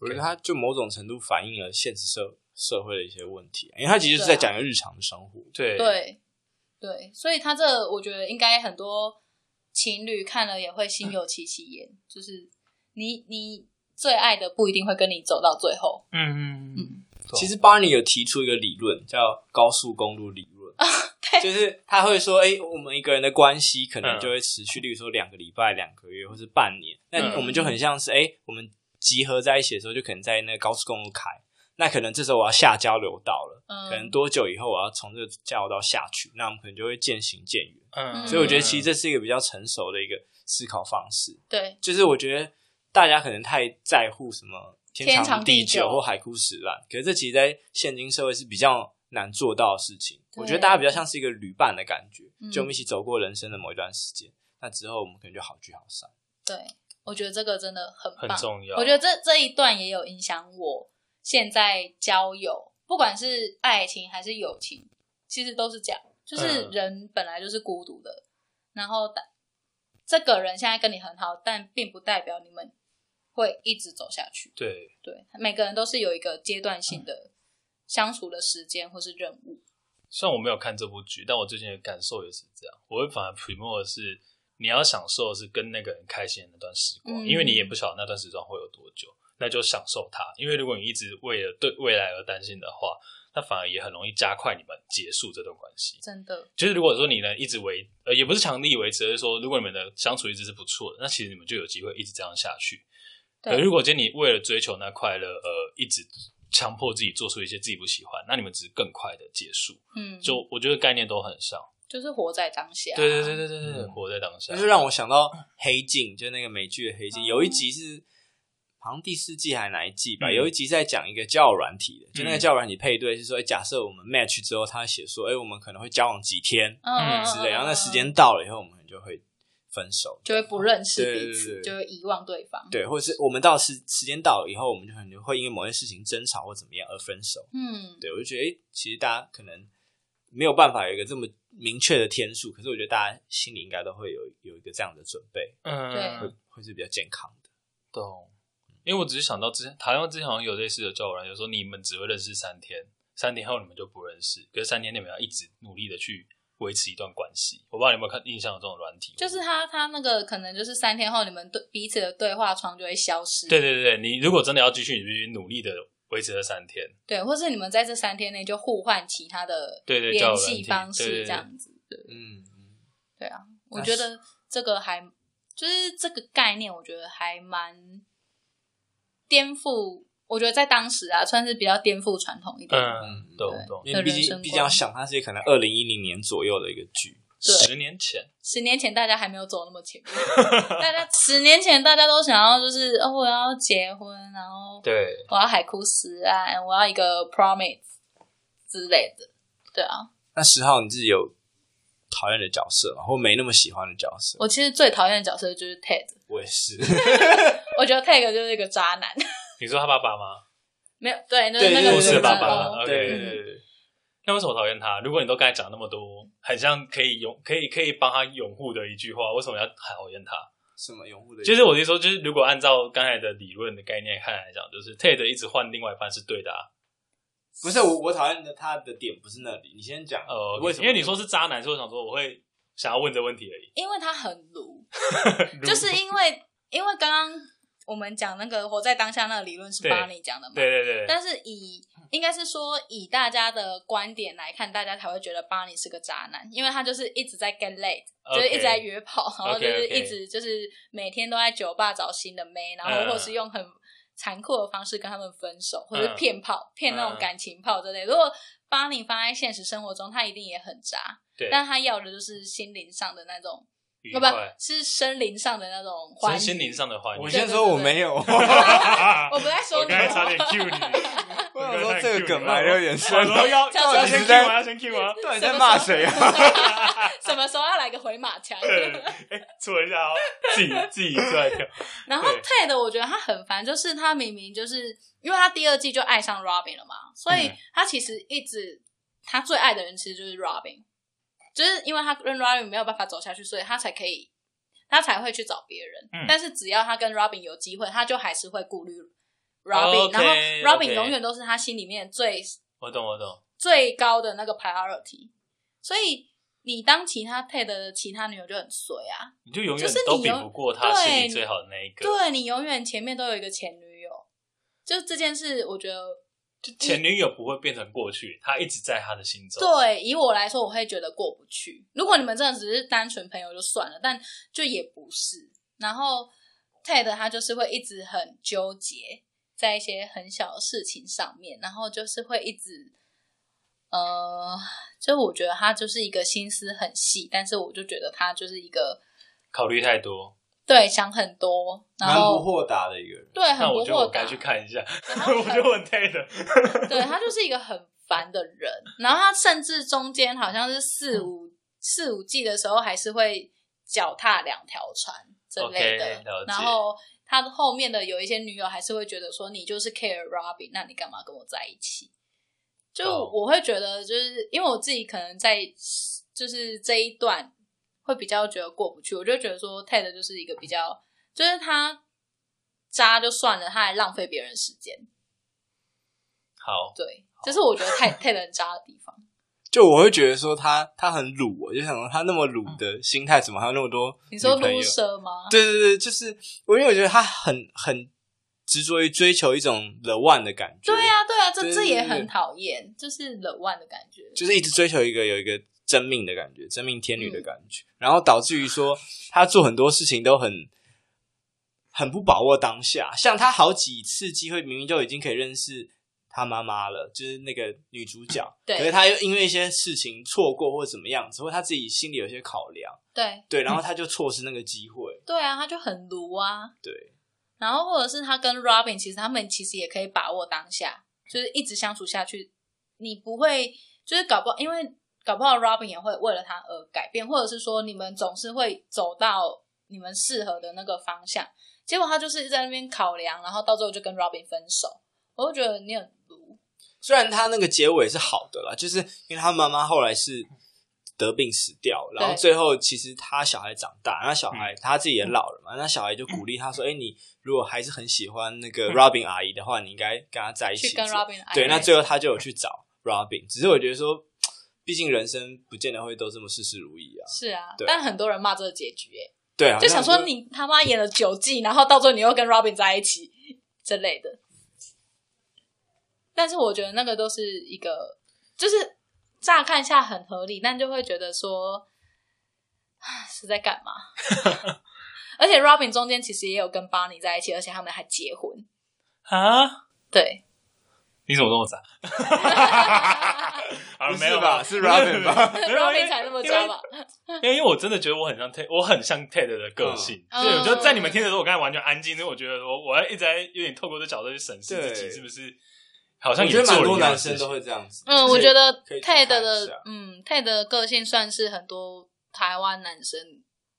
B: 我觉得他就某种程度反映了现实社社会的一些问题，因为他其实是在讲一个日常的生活。
D: 对
C: 对对，所以他这我觉得应该很多情侣看了也会心有戚戚焉，就是你你最爱的不一定会跟你走到最后。
E: 嗯
C: 嗯，
B: 其实巴尼有提出一个理论叫高速公路理 论，就是他会说，哎、我们一个人的关系可能
E: 嗯
B: 就会持续，例如说两个礼拜、两个月或是半年，那
E: 嗯
B: 我们就很像是，哎、我们集合在一起的时候，就可能在那个高速公路开，那可能这时候我要下交流道了。
C: 嗯，
B: 可能多久以后我要从这个交流道下去，那我们可能就会渐行渐远。
E: 嗯
B: 所以我觉得其实这是一个比较成熟的一个思考方式。
C: 对
B: 就是我觉得大家可能太在乎什么天
C: 天长
B: 长
C: 地
B: 地
C: 久
B: 久或海枯石烂，可是这其实在现今社会是比较难做到的事情。
C: 对
B: 我觉得大家比较像是一个旅伴的感觉
C: 嗯，
B: 就我们一起走过人生的某一段时间，那之后我们可能就好聚好散。
C: 对，我觉得这个真的很
D: 很
C: 棒，
D: 重要。
C: 我觉得这这一段也有影响我现在交友，不管是爱情还是友情，其实都是这样，就是
E: 嗯
C: 人本来就是孤独的，然后但这个人现在跟你很好，但并不代表你们会一直走下去。
D: 对，
C: 对，每个人都是有一个阶段性的相处的时间或是任务。
D: 虽然我没有看这部剧，但我最近的感受也是这样。我会反而 promote 的是你要享受的是跟那个人开心的那段时光，
C: 嗯
D: 因为你也不晓得那段时光会有多久，那就享受它。因为如果你一直为了对未来而担心的话，那反而也很容易加快你们结束这段关系。
C: 真的，
D: 就是如果说你能一直维，呃，也不是强力维持，而是说如果你们的相处一直是不错的，那其实你们就有机会一直这样下去。呃，
C: 对，
D: 如果今天你为了追求那快乐，呃，一直强迫自己做出一些自己不喜欢，那你们只是更快的结束。
C: 嗯，
D: 就我觉得概念都很像。
C: 就是活在当下。
D: 对对对对对对对，
B: 嗯
D: 活在当下
B: 那。就让我想到《
C: 嗯
B: 黑镜》，就那个美剧的《黑
C: 哦
B: 镜》，有一集是好像第四季还是哪一季吧，
D: 嗯
B: 有一集在讲一个交友软体的，就那个
D: 嗯
B: 交友软体配对是说，哎假设我们 match 之后，他写说，哎，我们可能会交往几天
C: 嗯，嗯，嗯
B: 之类，然后那时。
C: 嗯嗯
B: 间到了以后，我们可能就会分手，
C: 就会不认识
B: 对
C: 彼
B: 对
C: 此，
B: 对
C: 就会遗忘对方。
B: 对，或者是我们到时时间到了以后，我们就可能会因为某些事情争吵或怎么样而分手。
C: 嗯，
B: 对我就觉得，诶，其实大家可能没有办法有一个这么明确的天数，可是我觉得大家心里应该都会有有一个这样的准备，
E: 嗯
C: 对
B: 会会是比较健康的。
D: 懂，因为我只是想到之前台湾之前好像有类似的交友软件，说你们只会认识三天，三天后你们就不认识，可是三天内你们要一直努力的去维持一段关系。我不知道你有没有看印象有这种软体，
C: 就是他他那个可能就是三天后你们对彼此的对话窗就会消失，
D: 对对对，你如果真的要继续，你必须努力的维持这三天。
C: 对，或是你们在这三天内就互换其他的
D: 对对交
C: 联
D: 友软
C: 系
D: 体
C: 方
D: 对对
C: 式
D: 对
C: 这样子。对
B: 嗯，嗯
C: 对啊，我
B: 那
C: 觉
B: 是
C: 得这个还就是这个概念，我觉得还蛮颠覆。我觉得在当时啊，算是比较颠覆传统一点。
D: 嗯，懂
C: 对
D: 懂。
B: 因为
C: 的
B: 毕
C: 人
B: 竟
C: 生
B: 毕竟要
C: 观
B: 想，它是可能二零一零年左右的一个剧，
D: 十年前，
C: 十年前大家还没有走那么前 面，大家十年前大家都想要就是哦，我要结婚，然后
D: 对，
C: 我要海枯石岸，我要一个 promise 之类的。对啊，
B: 那十号你自己有讨厌的角色吗？或没那么喜欢的角色？
C: 我其实最讨厌的角色就是 Ted，
B: 我也 是，
C: 我觉得 Ted 就是一个渣男，
D: 你说他爸爸吗？
C: 没有对，那
B: 对
C: 那
B: 对
C: 个哦
D: 故
B: 对
D: 事的
B: 对
D: 爸
B: 对
C: 老公
D: 爸，OK，
B: 对
D: 对对对。那为什么讨厌他？如果你都刚才讲那么多，很像可以拥可以可以帮他拥护的一句话，为什么要讨厌他？
B: 什么拥护的？
D: 就是我的意思说，就是如果按照刚才的理论的概念看来讲，就是 Ted 一直换另外一半是对的啊。
B: 不是我，我讨厌的他的点不是那里。你先讲，
D: 呃，
B: 为什么？
D: 因为你说是渣男，所以我想说我会想要问这问题而已。
C: 因为他很鲁，就是因为因为刚刚我们讲那个活在当下那个理论是
D: 对
C: 巴尼讲的嘛，
D: 对对对，
C: 但是以应该是说以大家的观点来看，大家才会觉得巴尼是个渣男，因为他就是一直在 get late，、就是一直在约炮，然后就是
D: OK，OK
C: 一直就是每天都在酒吧找新的妹，然后或
D: 嗯
C: 是用很残酷的方式跟他们分手，或是骗炮、骗那种
D: 嗯
C: 感情炮之类。如果巴尼放在现实生活中，他一定也很渣，
D: 对
C: 但他要的就是心灵上的那种。哦
D: 愉
C: 不不
D: 快，
C: 是生灵上的那种欢
D: 身
C: 愉。
D: 心灵上的欢愉
B: 我
C: 觉得
B: 先说我没 有，
C: 我不在说
E: 我
C: 你
E: 刚才差点
C: 哦，
E: Q 你，
B: 我
E: 刚
B: 想
E: 才
B: 说
E: 差点 cue
B: 这
E: 你
B: 个梗埋的有点
E: 我
B: 深，
E: 说要
C: 叫
E: 要
C: 你
E: 先
B: 是
E: Q
B: 在
E: 吗？要先 Q 吗？
B: 到底在骂谁啊？
C: 什么时候要来个回马 枪？
E: 哎，错一下哦，自 己自己出来跳。
C: 然后
E: 对
C: Ted 我觉得他很烦，就是他明明就是因为他第二季就爱上 Robin 了嘛，所以
D: 嗯
C: 他其实一直他最爱的人其实就是 Robin，就是因为他跟 Robin 没有办法走下去，所以他才可以他才会去找别人。
D: 嗯
C: 但是只要他跟 Robin 有机会，他就还是会顾虑 Robin，、
D: OK，
C: 然后
D: OK
C: Robin 永远都是他心里面最
D: 我懂我懂，
C: 最高的那个 priority，所以你当其他 Ted 的其他女友就很衰啊，
D: 你就永远
C: 就是你
D: 都比
C: 永
D: 不过他
C: 对
D: 心里最好的那一个。
C: 对你永远前面都有一个前女友，就这件事，我觉得
D: 就前女友不会变成过去，他一直在他的心中。
C: 对以我来说，我会觉得过不去。如果你们真的只是单纯朋友就算了，但就也不是。然后 Ted 他就是会一直很纠结在一些很小的事情上面，然后就是会一直。呃，就我觉得他就是一个心思很细，但是我就觉得他就是一个
D: 考虑太多。
C: 对，想很多，然
B: 蛮不
C: 后
B: 豁达的一个人。
C: 对很
D: 那
C: 不
D: 我觉得我
C: 豁达
D: 该，去看一下。
C: 然后
E: 我
C: 很
E: 就问 Ted，
C: 对他就是一个很烦的人。然后他甚至中间好像是
D: 嗯
C: 四五四五季的时候，还是会脚踏两条船之类的。
D: OK，了解
C: 然后他后面的有一些女友还是会觉得说，你就是 care Robin，那你干嘛跟我在一起？就
D: 哦
C: 我会觉得，就是因为我自己可能在就是这一段会比较觉得过不去，我就觉得说 Ted 就是一个比较，就是他渣就算了，他还浪费别人时间，
D: 好，
C: 对，这是我觉得 Ted Ted 很渣的地方。
B: 就我会觉得说他他很鲁，我就想说他那么鲁的心态，怎么还有那么多
C: 你说
B: 女朋友
C: loser 吗？
B: 对对对，就是我，因为我觉得他很很执着于追求一种 the one 的感觉，
C: 对啊呀、对呀、这
B: 对
C: 这也
B: 对对
C: 很讨厌，就是冷腕的感觉。
B: 就是一直追求一个有一个真命的感觉，真命天
C: 嗯
B: 女的感觉，然后导致于说他做很多事情都很很不把握当下，像他好几次机会明明就已经可以认识他妈妈了，就是那个女主角，
C: 对
B: 可是他又因为一些事情错过或怎么样子，或他自己心里有些考量，
C: 对
B: 对，然后他就错失那个机会，
C: 对啊，他就很卢啊。
B: 对，
C: 然后或者是他跟 Robin，其实他们其实也可以把握当下，就是一直相处下去，你不会就是搞不好，因为搞不好 Robin 也会为了他而改变，或者是说你们总是会走到你们适合的那个方向。结果他就是在那边考量，然后到最后就跟 Robin 分手。我就觉得你很卢，
B: 虽然他那个结尾是好的啦，就是因为他妈妈后来是得病死掉，然后
C: 对
B: 最后其实他小孩长大，那小孩他自己也老了嘛，那小孩就鼓励他说：“哎，你如果还是很喜欢那个 Robin 阿姨的话，你应该跟她在一起。”
C: 嗯去跟 Robin 暧昧
B: 对，那最后他就有去找 Robin，只是我觉得说，毕竟人生不见得会都这么事事如意啊。
C: 是啊
B: 对，
C: 但很多人骂这个结局、欸，
B: 对啊，
C: 就想说
B: 那
C: 你他妈演了九季，然后到最后你又跟 Robin 在一起之类的。但是我觉得那个都是一个，就是乍看下很合理，但就会觉得说唉是在干 嘛？而且 Robin 中间其实也有跟 Barney 在一起，而且他们还结婚。
E: 啊？
C: 对，
D: 你怎么那么杂？
E: 好
B: 不
E: 了，
B: 是
E: 啊没有
B: 吧？是 Robin 吧？
E: 没有
C: Robin 才那么渣吧？
E: 因为因为我真的觉得我很像 Ted，我很像 Ted 的个性。
C: 嗯
E: 对，
C: 嗯
E: 我觉得在你们听的时候，我刚才完全安静，因为我觉得我我要一直在有点透过这角度去审视自己
B: 对
E: 是不是好像
B: 我
E: 也
B: 觉得蛮
E: 做了
B: 多
E: 一样的
B: 男
E: 事
B: 生
E: 情
B: 都。会这样子。
C: 嗯，我觉得
B: 可以去看
C: Ted
B: 一下
C: 的嗯 Ted 的个性算是很多台湾男生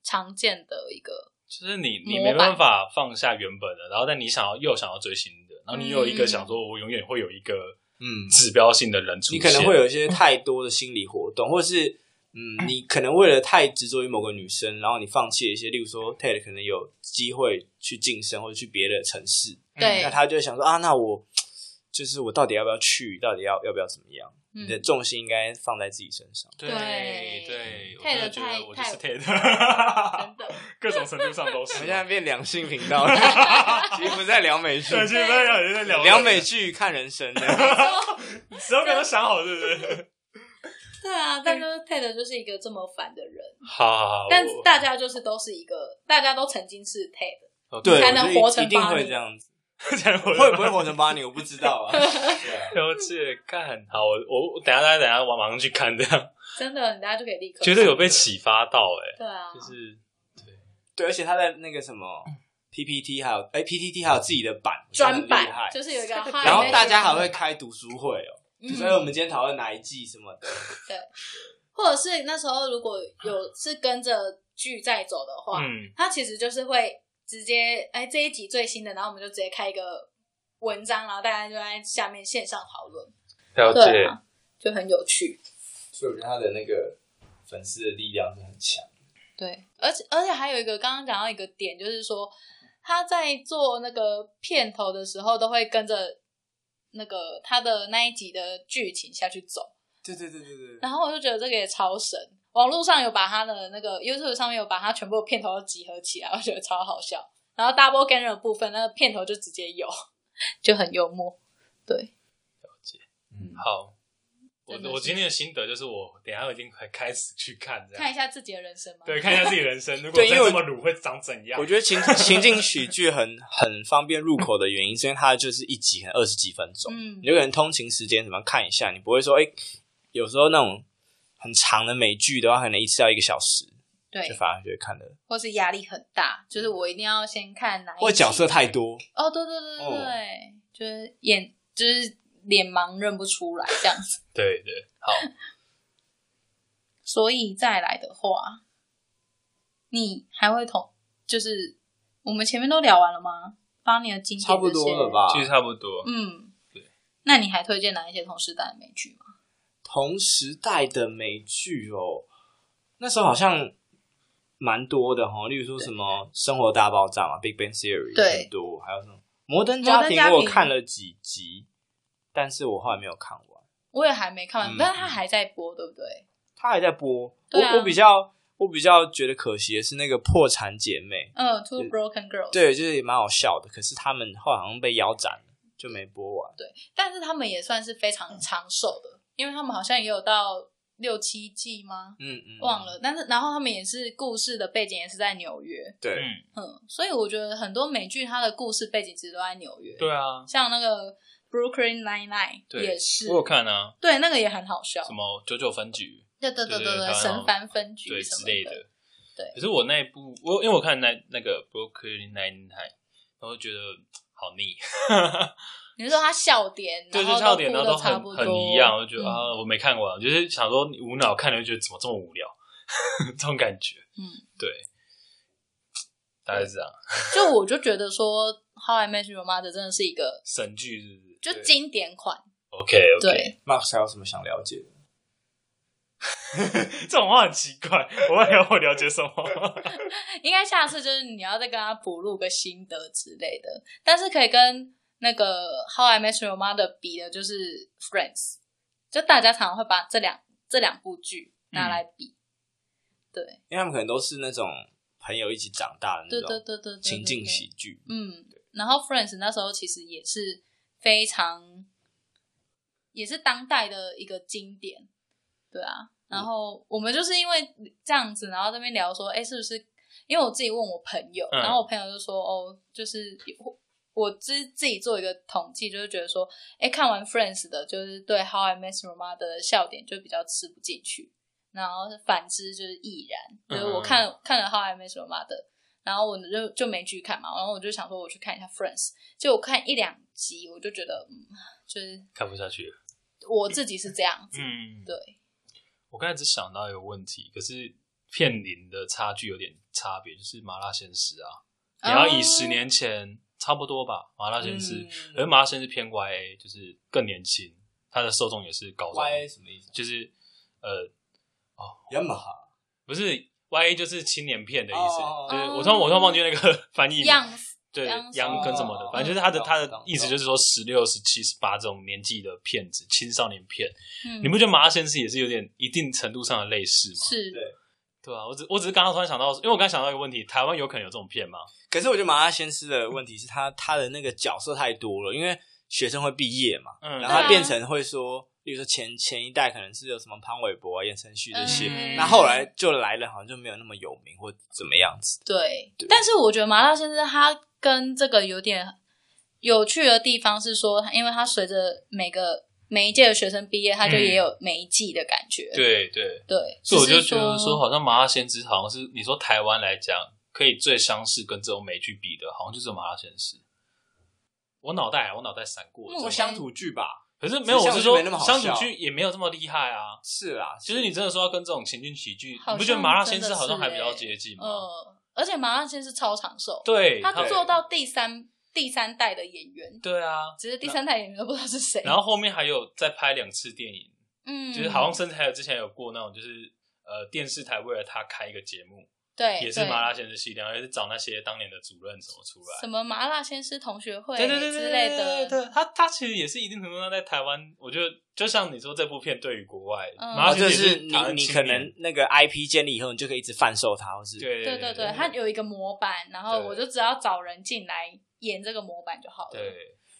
C: 常见的一个
D: 就是你，你
C: 模
D: 没
C: 板
D: 办法放下原本的，然后但你想要又想要追新的，然后你有一个
C: 嗯
D: 想说，我永远会有一个
B: 嗯，
D: 指标性的人出现，
B: 你可能会有一些太多的心理活动，或是嗯，你可能为了太执着于某个女生，然后你放弃了一些，例如说 Ted 可能有机会去晋升或者去别的城市，嗯
C: 对
B: 那他就会想说啊，那我就是我到底要不要去，到底要要不要怎么样？
C: 嗯
B: 你的 重心应该放在自己身 上。
D: 对
C: 对
D: 对，我
C: 太
D: 真的
C: 了
D: 觉得我就是
C: 太
E: Ted，
C: 真的。
E: 各种程度上都是。
D: 啊
B: 变两性频道，其实不在聊美剧
E: 对，其实在聊在聊
B: 剧看人生的。
E: 所有人都想好，是不是？
C: 对啊，但就是 Ted 就是一个这么烦的人，
D: 好好
B: 哦
D: 好，
C: 但
D: 我
C: 大家就是都是一个，大家都曾经是 Ted，
B: 对，
C: 才能
B: 我觉得
C: 活成
B: 一定
C: 巴
B: 会
C: 黎
B: 这样子，
E: 这样我
B: 会不会活成巴尼？我不知道啊。对啊
D: 了解，干好，我我我等一下大家等一下我马上去看，这样
C: 真的，大家就可以立刻
D: 觉得有被启发到
B: 欸
D: 哎、
C: 对啊，
D: 就是
B: 对，而且他在那个什么 PPT 还有哎 PTT 还有自己的版
C: 专
B: 我觉得很厉
C: 版
B: 害
C: 就是有 一个 hi，
B: 然后大家还
C: 那
B: 会
C: 个
B: 开读书会哦，
C: 嗯
B: 所以我们今天讨论哪一季什么的，
C: 或者是那时候如果有是跟着剧在走的话，
D: 嗯，
C: 他其实就是会直接哎这一集最新的，然后我们就直接开一个文章，然后大家就在下面线上讨论，
D: 了
C: 对
D: 解，
C: 啊，就很有趣。
B: 所以我觉得他的那个粉丝的力量是很强。
C: 对，而且而且还有一个刚刚讲到一个点，就是说他在做那个片头的时候，都会跟着那个他的那一集的剧情下去走，
B: 对对对对对，
C: 然后我就觉得这个也超神。网络上有把他的那个 YouTube 上面有把他全部的片头都集合起来，我觉得超好笑。然后 Double g a n n e r 的部分，那个片头就直接有， 就很幽默。对，
B: 嗯，
D: 好。我
C: 真的是
D: 我今天的心得就是，我等一下已经快开始去看
B: 啊
D: 这
C: 看
D: 样，
C: 一下自己的人生嘛。
E: 对，看一下自己人 生，如果
B: 对因
E: 再
B: 为我
E: 这么卤会长怎样
B: 我？觉得情情境喜剧很很方便入口的原因，是因为它就是一集可能二十几分钟，
C: 嗯
B: 你，有可能通勤时间怎么样看一下，你不会说哎、有时候那种很长的美剧的话，可能一次要一个小时，
C: 对
B: 就，反而觉得看的
C: 或是压力很大，就是我一定要先看哪一集
B: 或者角色太多，
C: 哦，对对对对
B: 哦
C: 对，就是眼就是脸盲认不出来这样子。
D: 对对，好，
C: 所以再来的话，你还会同就是我们前面都聊完了吗？帮你的经典
B: 差不
C: 这些
B: 多了？吧？
D: 其实差不多，
C: 啊嗯，
D: 对。
C: 那你还推荐哪一些同时代的美剧吗？
B: 同时代的美剧哦，那时候好像蛮多的哈、哦，例如说什么《生活大爆炸》嘛，《Big Bang Theory》
C: 对
B: 很多，还有什么《摩登
C: 摩
B: 家
C: 登
B: 庭
C: 家》，
B: 我有
C: 庭
B: 看了几集，但是我后来没有看完，
C: 我也还没看完，
B: 嗯
C: 但是它还在播，对不对？
B: 它还在播。
C: 对啊
B: 我我比较我比较觉得可惜的是那个《破产姐妹
C: 嗯，Two
B: 对
C: Broken Girls。》，，
B: 对，就是也蛮好笑的，可是他们后来好像被腰斩了，就没播完。
C: 但是他们也算是非常长寿的，因为他们好像也有到六七季吗？
B: 嗯嗯，
C: 忘。了。但是然后他们也是故事的背景也是在纽约，
B: 对，
D: 嗯，
C: 嗯，所以我觉得很多美剧它的故事背景其实都在纽约，
D: 对啊，
C: 像那个 Brooklyn Nine Nine
D: 对
C: 也是
D: 我，有看啊，
C: 对，那个也很好笑
D: 什，么九九分局，
C: 对对
D: 对
C: 对
D: 对
C: 对，
D: 对
C: 神烦分局
D: 对
C: 什
D: 之
C: 么
D: 类
C: 的，
D: 的。
C: 对
D: 可是我那一部，我因为我看那那个 Brooklyn Nine Nine，然后觉得好腻，
C: 你是说他笑点，
D: 对，就
C: 然后
D: 笑点然
C: 都
D: 后
C: 哭
D: 都
C: 得差
D: 很
C: 不多
D: 很一样，我就觉
C: 嗯
D: 得、啊，我没看过啊，我就是想说你无脑看了就觉得怎么这么无聊， 这种感觉，
C: 嗯，
D: 对，大概是这样。
C: 就我就觉得说《How I Met Your Mother》真的是一个
D: 神剧是不是？
C: 就经典款，
D: OK OK，
C: 对，
B: Max 还有什么想了解的？
E: 这种话很奇怪，我问你我了解 什么？
C: 应该下次就是你要再跟他补录个心得之类的，但是可以跟那个《How I Met Your Mother》比的，就是《Friends》，就大家常常会把这两这两部剧拿
D: 嗯
C: 来比。对，
B: 因为他们可能都是那种朋友一起长大的
C: 对
B: 那
C: 对
B: 种
C: 对对对，
B: 情
C: 对
B: 境
C: 对
B: 喜剧，
C: 嗯，然后 Friends 那时候其实也是非常，也是当代的一个经典，对
B: 嗯
C: 啊。然后我们就是因为这样子，然后这边聊说，哎，是不是？因为我自己问我朋友，
E: 嗯
C: 然后我朋友就说，哦，就是我我自自己做一个统计，就是觉得说，哎，看完 Friends 的，就是对 How I Met Your Mother 的笑点就比较吃不进去，然后反之就是亦然，
D: 嗯
C: 就是我看、看了 How I Met Your Mother，然后我就就没去看嘛，然后我就想说我去看一下 Friends，就我看一两集，我就觉得，嗯，就是
D: 看不下去了。
C: 我自己是这样子，
E: 嗯，
C: 对，
D: 我刚才只想到一个问题，可是片龄的差距有点差别，就是麻辣鲜师啊，你要以十年前差不多吧，麻辣鲜师，
C: 哦嗯
D: 而麻辣鲜师偏 YA，就是更年轻，它的受众也是高中，
B: 歪什么意思？
D: 就是呃，
B: 雅马哈
D: 不是 YA 就是青年片的意思，
B: 哦
D: 就是
C: 哦
D: 我突然我突然忘记那个翻译名，
C: 样子，
D: 对
C: 杨
D: 杨跟什么
B: 哦
D: 的，反正就是他的
B: 懂
D: 他的
B: 懂
D: 意思
B: 懂
D: 就是说十六、十七、十八这种年纪的骗子，青少年骗，
C: 嗯，
D: 你不觉得麻辣鲜师也是有点一定程度上的类似吗？
C: 是
B: 对
D: 对啊，我只我只是刚刚突然想到，因为我刚刚想到一个问题，台湾有可能有这种片吗？
B: 可是我觉得麻辣鲜师的问题是他他的那个角色太多了，因为学生会毕业嘛，
E: 嗯
B: 然后
C: 对啊
B: 他变成会说，例如说前前一代可能是有什么潘玮柏啊、言承旭这些，
C: 嗯
B: 那后来就来了，好像就没有那么有名或怎么样子。
C: 对
B: 对，
C: 但是我觉得麻辣先生他跟这个有点有趣的地方是说，因为他随着每个每一届的学生毕业，他就也有每一季的感觉，
D: 嗯对对，
C: 对，
D: 所以我就
C: 只是
D: 觉得说，好像《麻辣鲜师》好像是你说台湾来讲，可以最相似跟这种美剧比的，好像就是《麻辣鲜师》。我脑袋啊我脑袋闪过，
C: 目
D: 这
C: 前
D: 种
B: 乡土剧吧，
D: 可是没有，我
B: 乡土
D: 是
B: 剧
D: 说
B: 没那么好
D: 乡
B: 笑
D: 土剧也没有这么厉害啊。
B: 是啦，
D: 就是你真的说要跟这种情景喜剧，
C: 好
D: 你不觉得
C: 像
D: 《麻辣
C: 真
D: 鲜
C: 的
D: 师》好像
C: 是
D: 还比较
C: 欸
D: 接近吗？
C: 呃，而且麻辣先生超长寿，
D: 对，
C: 他
D: 它
C: 做到第三第三代的演员，
D: 对啊。
C: 只是第三代演员都不知道是谁。
D: 然后后面还有再拍两次电影，
C: 嗯，
D: 就是好像甚至还有之前有过那种，就是呃电视台为了他开一个节目，
C: 对，
D: 也是麻
C: 辣
D: 辣鲜师系列，然后也是找那些当年的主任什么出
C: 什
D: 来，
C: 么麻辣鲜师同学会
D: 对对对对
C: 之
D: 对
C: 类
D: 对对
C: 的，
D: 对，他他其实也是一定程度上在台湾，我觉得就像你说这部片对于国外，
C: 嗯
B: 然
D: 麻辣
B: 后
D: 鲜
B: 啊就
D: 师也
B: 哦是
D: 台湾
B: 你你
D: 青
B: 可
D: 年
B: 能那个 IP 建立以后，你就可以一直贩售它，或是
D: 对
C: 对对
D: 对
C: 对，他有一个模板，然后
D: 对
C: 我就只要找人进来演这个模板就好了。
D: 对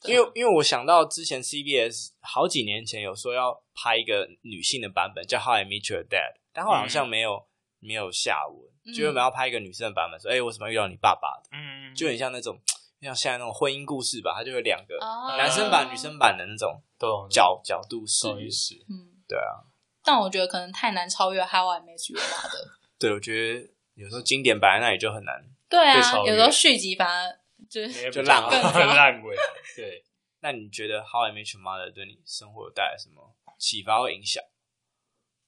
B: 因为因为我想到之前 CBS 好几年前有说要拍一个女性的版本叫《How I Met Your Dad》，但后来好像没有、没有下文，
C: 嗯
B: 就原本要拍一个女生的版本，说哎、我为什么要遇到你爸爸的，
E: 嗯，
B: 就很像那种像现在那种婚姻故事吧，它就有两个
C: 哦，
B: 男生版、女生版的那种
D: 懂
B: 角角度是
D: 懂意思，
C: 嗯，
B: 对啊，
C: 但我觉得可能太难超越《How I Met Your Mother》。
B: 对我觉得有时候经典摆在那里就很难，
C: 对
D: 被
C: 啊
D: 超，越
C: 有时候续集反而就是
D: 也
B: 就
D: 比
B: 烂
D: 较
B: 尾
D: 烂尾，对。
B: 那你觉得《How I Met Your Mother》对你生活有带来什么启发或影响，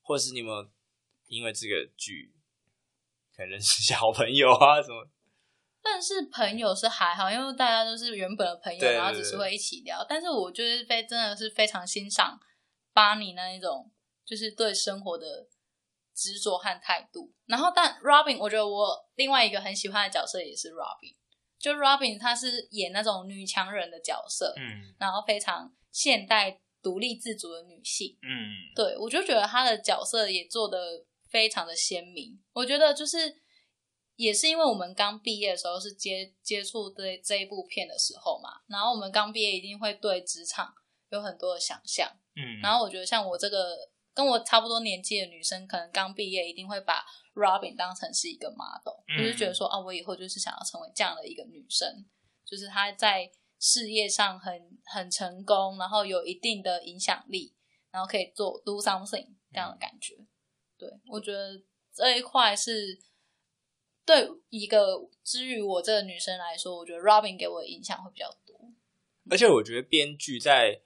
B: 或是你有没有因为这个剧可能认识一些好朋友啊？什么？
C: 但是朋友是还好，因为大家都是原本的朋友，
B: 对
C: 然后
B: 对
C: 只是
B: 对
C: 会一起聊。但是我就是非真的是非常欣赏巴尼那一种，就是对生活的执着和态度。然后，但 Robin，我觉得我另外一个很喜欢的角色也是 Robin，就 Robin 她是演那种女强人的角色，
E: 嗯
C: 然后非常现代独立自主的女性。
E: 嗯
C: 对，我就觉得他的角色也做的非常的鲜明。我觉得就是也是因为我们刚毕业的时候是接接触这这一部片的时候嘛，然后我们刚毕业一定会对职场有很多的想象。
E: 嗯，
C: 然后我觉得像我这个跟我差不多年纪的女生，可能刚毕业一定会把 Robin 当成是一个 model，、
E: 嗯
C: 就是觉得说啊，我以后就是想要成为这样的一个女生，就是她在事业上很很成功，然后有一定的影响力，然后可以做 do something
B: 嗯
C: 这样的感觉。对我觉得这一块是。对一个至于我这个女生来说，我觉得 Robin 给我的影响会比较多。
B: 而且我觉得编剧在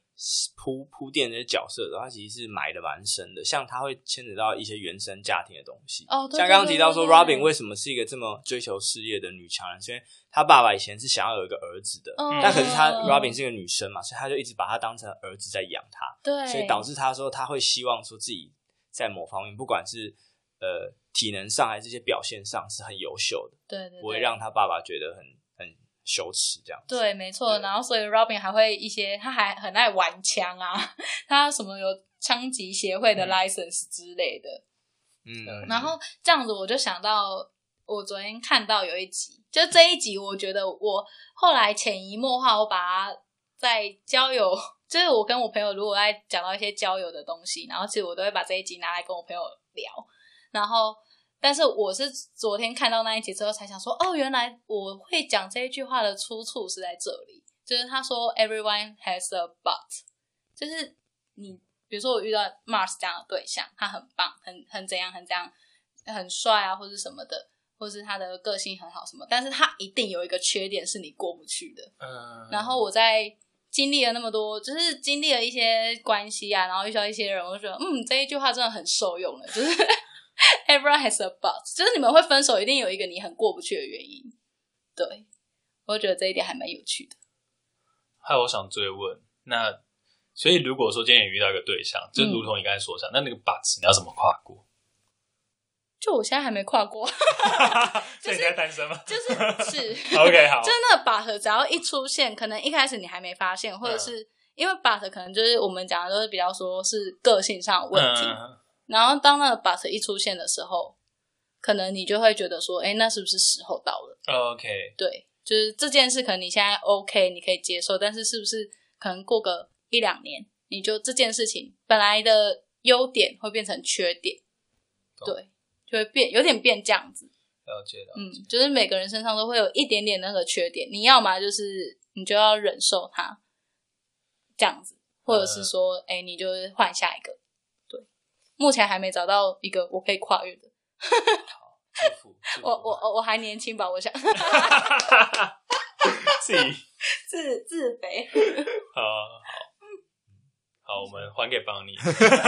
B: 铺铺垫这些角色的时候，他其实是埋的蛮深的，像他会牵扯到一些原生家庭的东西。
C: 哦，对
B: 像刚刚提到说，Robin 为
C: 什
B: 什么是一个这么追求事业的女强人？是因为她爸爸以前是想要有一个儿子的，
C: 么
B: 但可是她
C: 嗯哦
B: Robin 是一个女生嘛，所以她就一直把她当成儿子在养她。
C: 对，
B: 所以导致他说他会希望说自己在某方面，不管是呃体能上还是一些表现上是很优秀的，
C: 对对对，
B: 不会让他爸爸觉得很很羞耻这样子。
C: 对，没错。
B: 对
C: 然后所以 Robin 还会一些，他还很爱玩枪啊， 他什么有枪击协会的 license 之类的。
B: 嗯，
C: 然后这样子，我就想到我昨天看到有一集，就这一集，我觉得我后来潜移默化，我把它在交友，就是我跟我朋友如果在讲到一些交友的东西，然后其实我都会把这一集拿来跟我朋友聊，然后。但是我是昨天看到那一集之后才想说，哦，原来我会讲这一句话的出处是在这里，就是他说 “everyone has a but”，就是你比如说我遇到 Mars 这样的对象，他很棒，很很怎样，很怎样，很帅啊，或是什么的，或是他的个性很好什么，但是他一定有一个缺点是你过不去的。
D: 呃
E: 嗯
C: 然后我在经历了那么多，就是经历了一些关系啊，然后遇到一些人，我就觉得，嗯，这一句话真的很受用欸了，就是 everyone has a but，就是你们会分手，一定有一个你很过不去的原因。对，我觉得这一点还蛮有趣的。
D: 害我想追问，那所以如果说今天你遇到一个对象，
C: 嗯
D: 就如同你刚才所讲，那那个把子你要怎么跨过？
C: 就我现在还没跨过，
E: 所以你现在单身吗
C: 就是是。
E: ？OK，好
C: 就，是那个 but 只要一出现，可能一开始你还没发现，或者是、
E: 嗯
C: 因为 but 可能就是我们讲的都是比较说是个性上的问题，
E: 嗯
C: 然后当那个 but 一出现的时候，可能你就会觉得说，哎、那是不是时候到了？
D: 哦
E: OK，
C: 对，就是这件事可能你现在 OK，你可以接受，但是是不是可能过个一两年，你就这件事情本来的优点会变成缺点，
D: 懂
C: 对，就会变有点变这样子。
D: 了解了。
C: 嗯，就是每个人身上都会有一点点那个缺点，你要么就是你就要忍受它，这样子，或者是
B: 呃
C: 说，哎、你就是换下一个。对，目前还没找到一个我可以跨越的。
D: 祝福，祝福
C: 嗯我我我我还年轻吧，我想
E: 自己
C: 自自肥。
D: 好好好，我们还给邦尼。
E: 嗯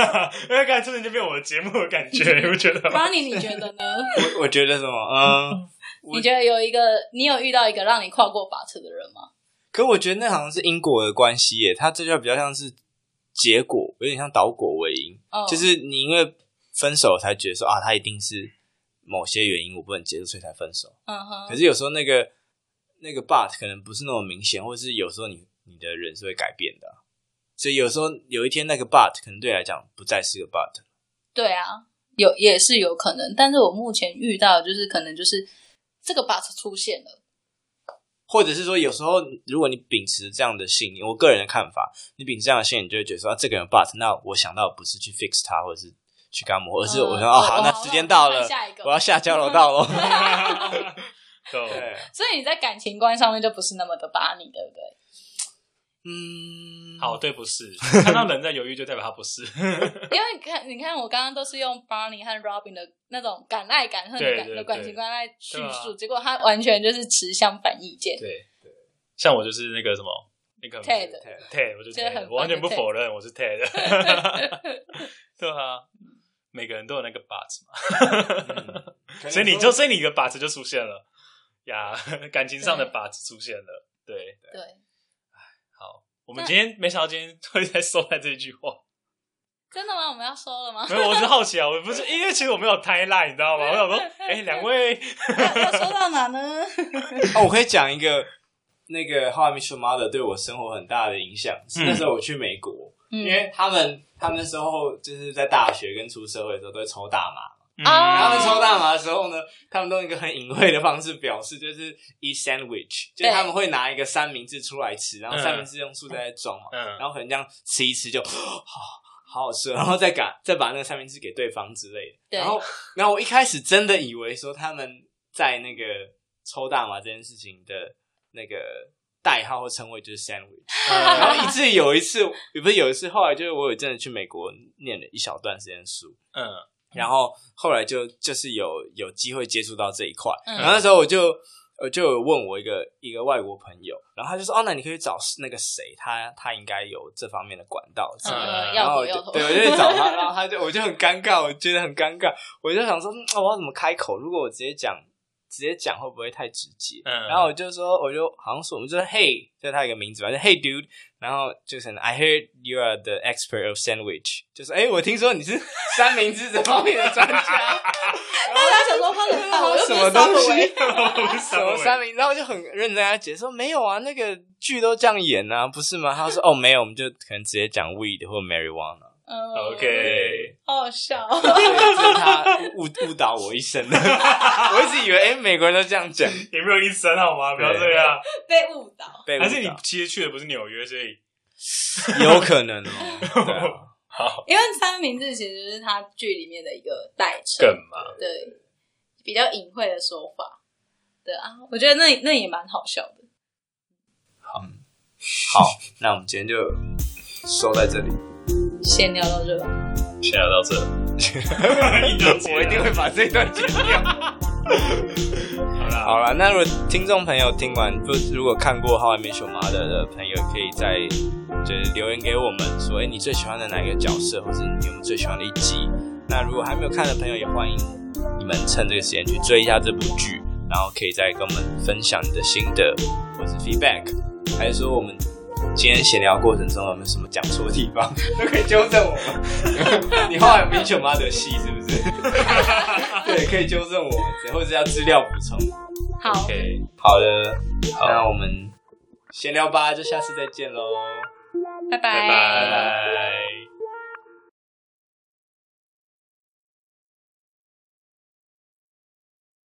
E: 因为刚才突然就变我的节目的感觉， 你不觉得吗？
C: Bonnie，你觉得呢？
B: 我我觉得什么，嗯， 我
C: 你觉得有一个你有遇到一个让你跨过 but 的人吗？
B: 可我觉得那好像是因果的关系耶，它这就比较像是结果，有点像倒果为因，
C: 哦，
B: 就是你因为分手才觉得说啊，他一定是某些原因我不能接受，所以才分手。
C: 嗯哼
B: 可，是有时候那个那个 but 可能不是那么明显，或是有时候你你的人是会改变的啊，所以有时候有一天那个 but 可能对你来讲不再是个 but。
C: 对啊，有也是有可能，但是我目前遇到的就是可能就是这个 but 出现了。
B: 或者是说，有时候如果你秉持这样的信念，我个人的看法，你秉持这样的信念，你就会觉得说，啊，这个人 but，那我想到不是去 fix 他，或者是去干嘛，而是我
C: 嗯
B: 说，哦，好，
C: 我
B: 那
C: 我
B: 时间到
C: 换
B: 了，
C: 下一个
B: 我要下交流道喽。
E: 懂
B: 对，
C: 所以你在感情观上面就不是那么的把你，对不对？
B: 嗯，
E: 好，，对，不是，看到人在犹豫就代表他不是。
C: 因为你看，你看我刚刚都是用 Barney 和 Robin 的那种敢爱敢恨的
E: 对
C: 感
E: 对对
C: 的感情观来叙
E: 对
C: 述，
E: 啊
C: 结果他完全就是持相反意见。
E: 对对，像我就是那个什么那个
C: Ted
E: Ted，我就
C: 觉得
E: Ted，
C: 很
E: 我完全不
C: 烦的 Ted
E: 否认我是 Ted。对 啊，每个人都有那个 but 嘛，
B: 嗯
E: 所以你就所以你的 but 就出现了呀，感情上的
C: 对
E: but 出现了。对，
C: 对，
E: 好，我们今天没想到今天会在收在这句 话，
C: 真的吗？我们要收了吗？
E: 没有，我只是好奇啊，我不是因为其实我没有 t i l i n e 你知道吗？我 想说，哎，两位
C: 要要收到哪呢？
B: 哦，我可以讲一个那个《How I Met Your Mother》对我生活很大的影响，
E: 嗯
B: 是那时候我去美国，
C: 因
B: 因为他们他们那时候就是在大学跟出社会的时候都会抽大麻。
E: 嗯
D: 嗯
C: 啊
B: 然后他们抽大麻的时候呢，他们都用一个很隐晦的方式表示，就是 eat sandwich，就是他们会拿一个三明治出来吃，然后
E: 嗯
B: 三明治用塑料袋装嘛，
E: 嗯，
B: 然后可能这样吃一吃就 好好好吃，然后再把再把那个三明治给对方之类的。
C: 对
B: 然后然后我一开始真的以为说他们在那个抽大麻这件事情的那个代号或称谓就是 sandwich。然 后以至于有一次，也不是有一次，后来就是我有真的去美国念了一小段时间书，
E: 嗯，
B: 然后后来就就是有有机会接触到这一块，
C: 嗯
B: 然后那时候我就我就有问我一个一个外国朋友，然后他就说哦，那你可以找那个谁，他他应该有这方面的管道之类的。
E: 嗯
B: 呃然
C: 呃要
B: 后
C: 头
B: 我就
C: 要头，
B: 对，我 就去找他，然后他就我就很尴尬，我觉得很尴尬，我就想说，嗯哦我要怎么开口？如果我直接讲直接讲会不会太直接？
E: 嗯
B: 然后我就说，我就好像是我们就是 Hey，就是他一个名字吧，就 Hey dude，然后就是 I heard you are the expert of sandwich，就是哎、我听说你是三明治这方面的专家，
C: 大家想说他 的饭，我又不
B: 什
C: 是
B: 么东
C: Subway
B: 西？
E: 什
B: 什么三明？然后我就很认真跟他解释说，没有啊，那个剧都这样演啊，不是吗？他说，哦，没有，我们就可能直接讲 weed 或 marijuana。
C: 嗯
E: OK，
C: 好好笑。
B: 这是他误误误导我一 生的，我一直以为哎、美国人都这样讲，
E: 也没有一生好吗？不要这
B: 对
E: 样。
C: 被误导，
B: 被误
E: 还是你
B: 导
E: 其实去的不是纽约，所 以
B: 有可能哦。对啊
C: 因为三明治其实是他剧里面的一个代称
E: 梗，嘛。
C: 对，比较隐晦的说法。对啊，我觉得那那也蛮好笑的。
B: 好，那我们今天就收在这里。
C: 先聊到这吧，
E: 现在到这，
B: 我一定会把这一段剪掉。
E: 好啦，
B: 好了，那如果听众朋友听完，不如果看过《How I Met Your Mother》的朋友，可以在就是留言给我们说，哎、你最喜欢的哪一个角色，或是你有没有最喜欢的一集？那如果还没有看的朋友，也欢迎你们趁这个时间去追一下这部剧，然后可以再跟我们分享你的心得或是 feedback，还是说我们今天闲聊过程中有没有什么讲错的地方，都可以纠正我们。你后来有《Met Your Mother》戏是不是？对，可以纠正我们，或者是要资料补充。
C: 好
E: OK，
B: 好的，
E: 好
B: 那我们闲聊吧，就下次再见喽。
C: 拜
E: 拜
C: 拜
E: 拜。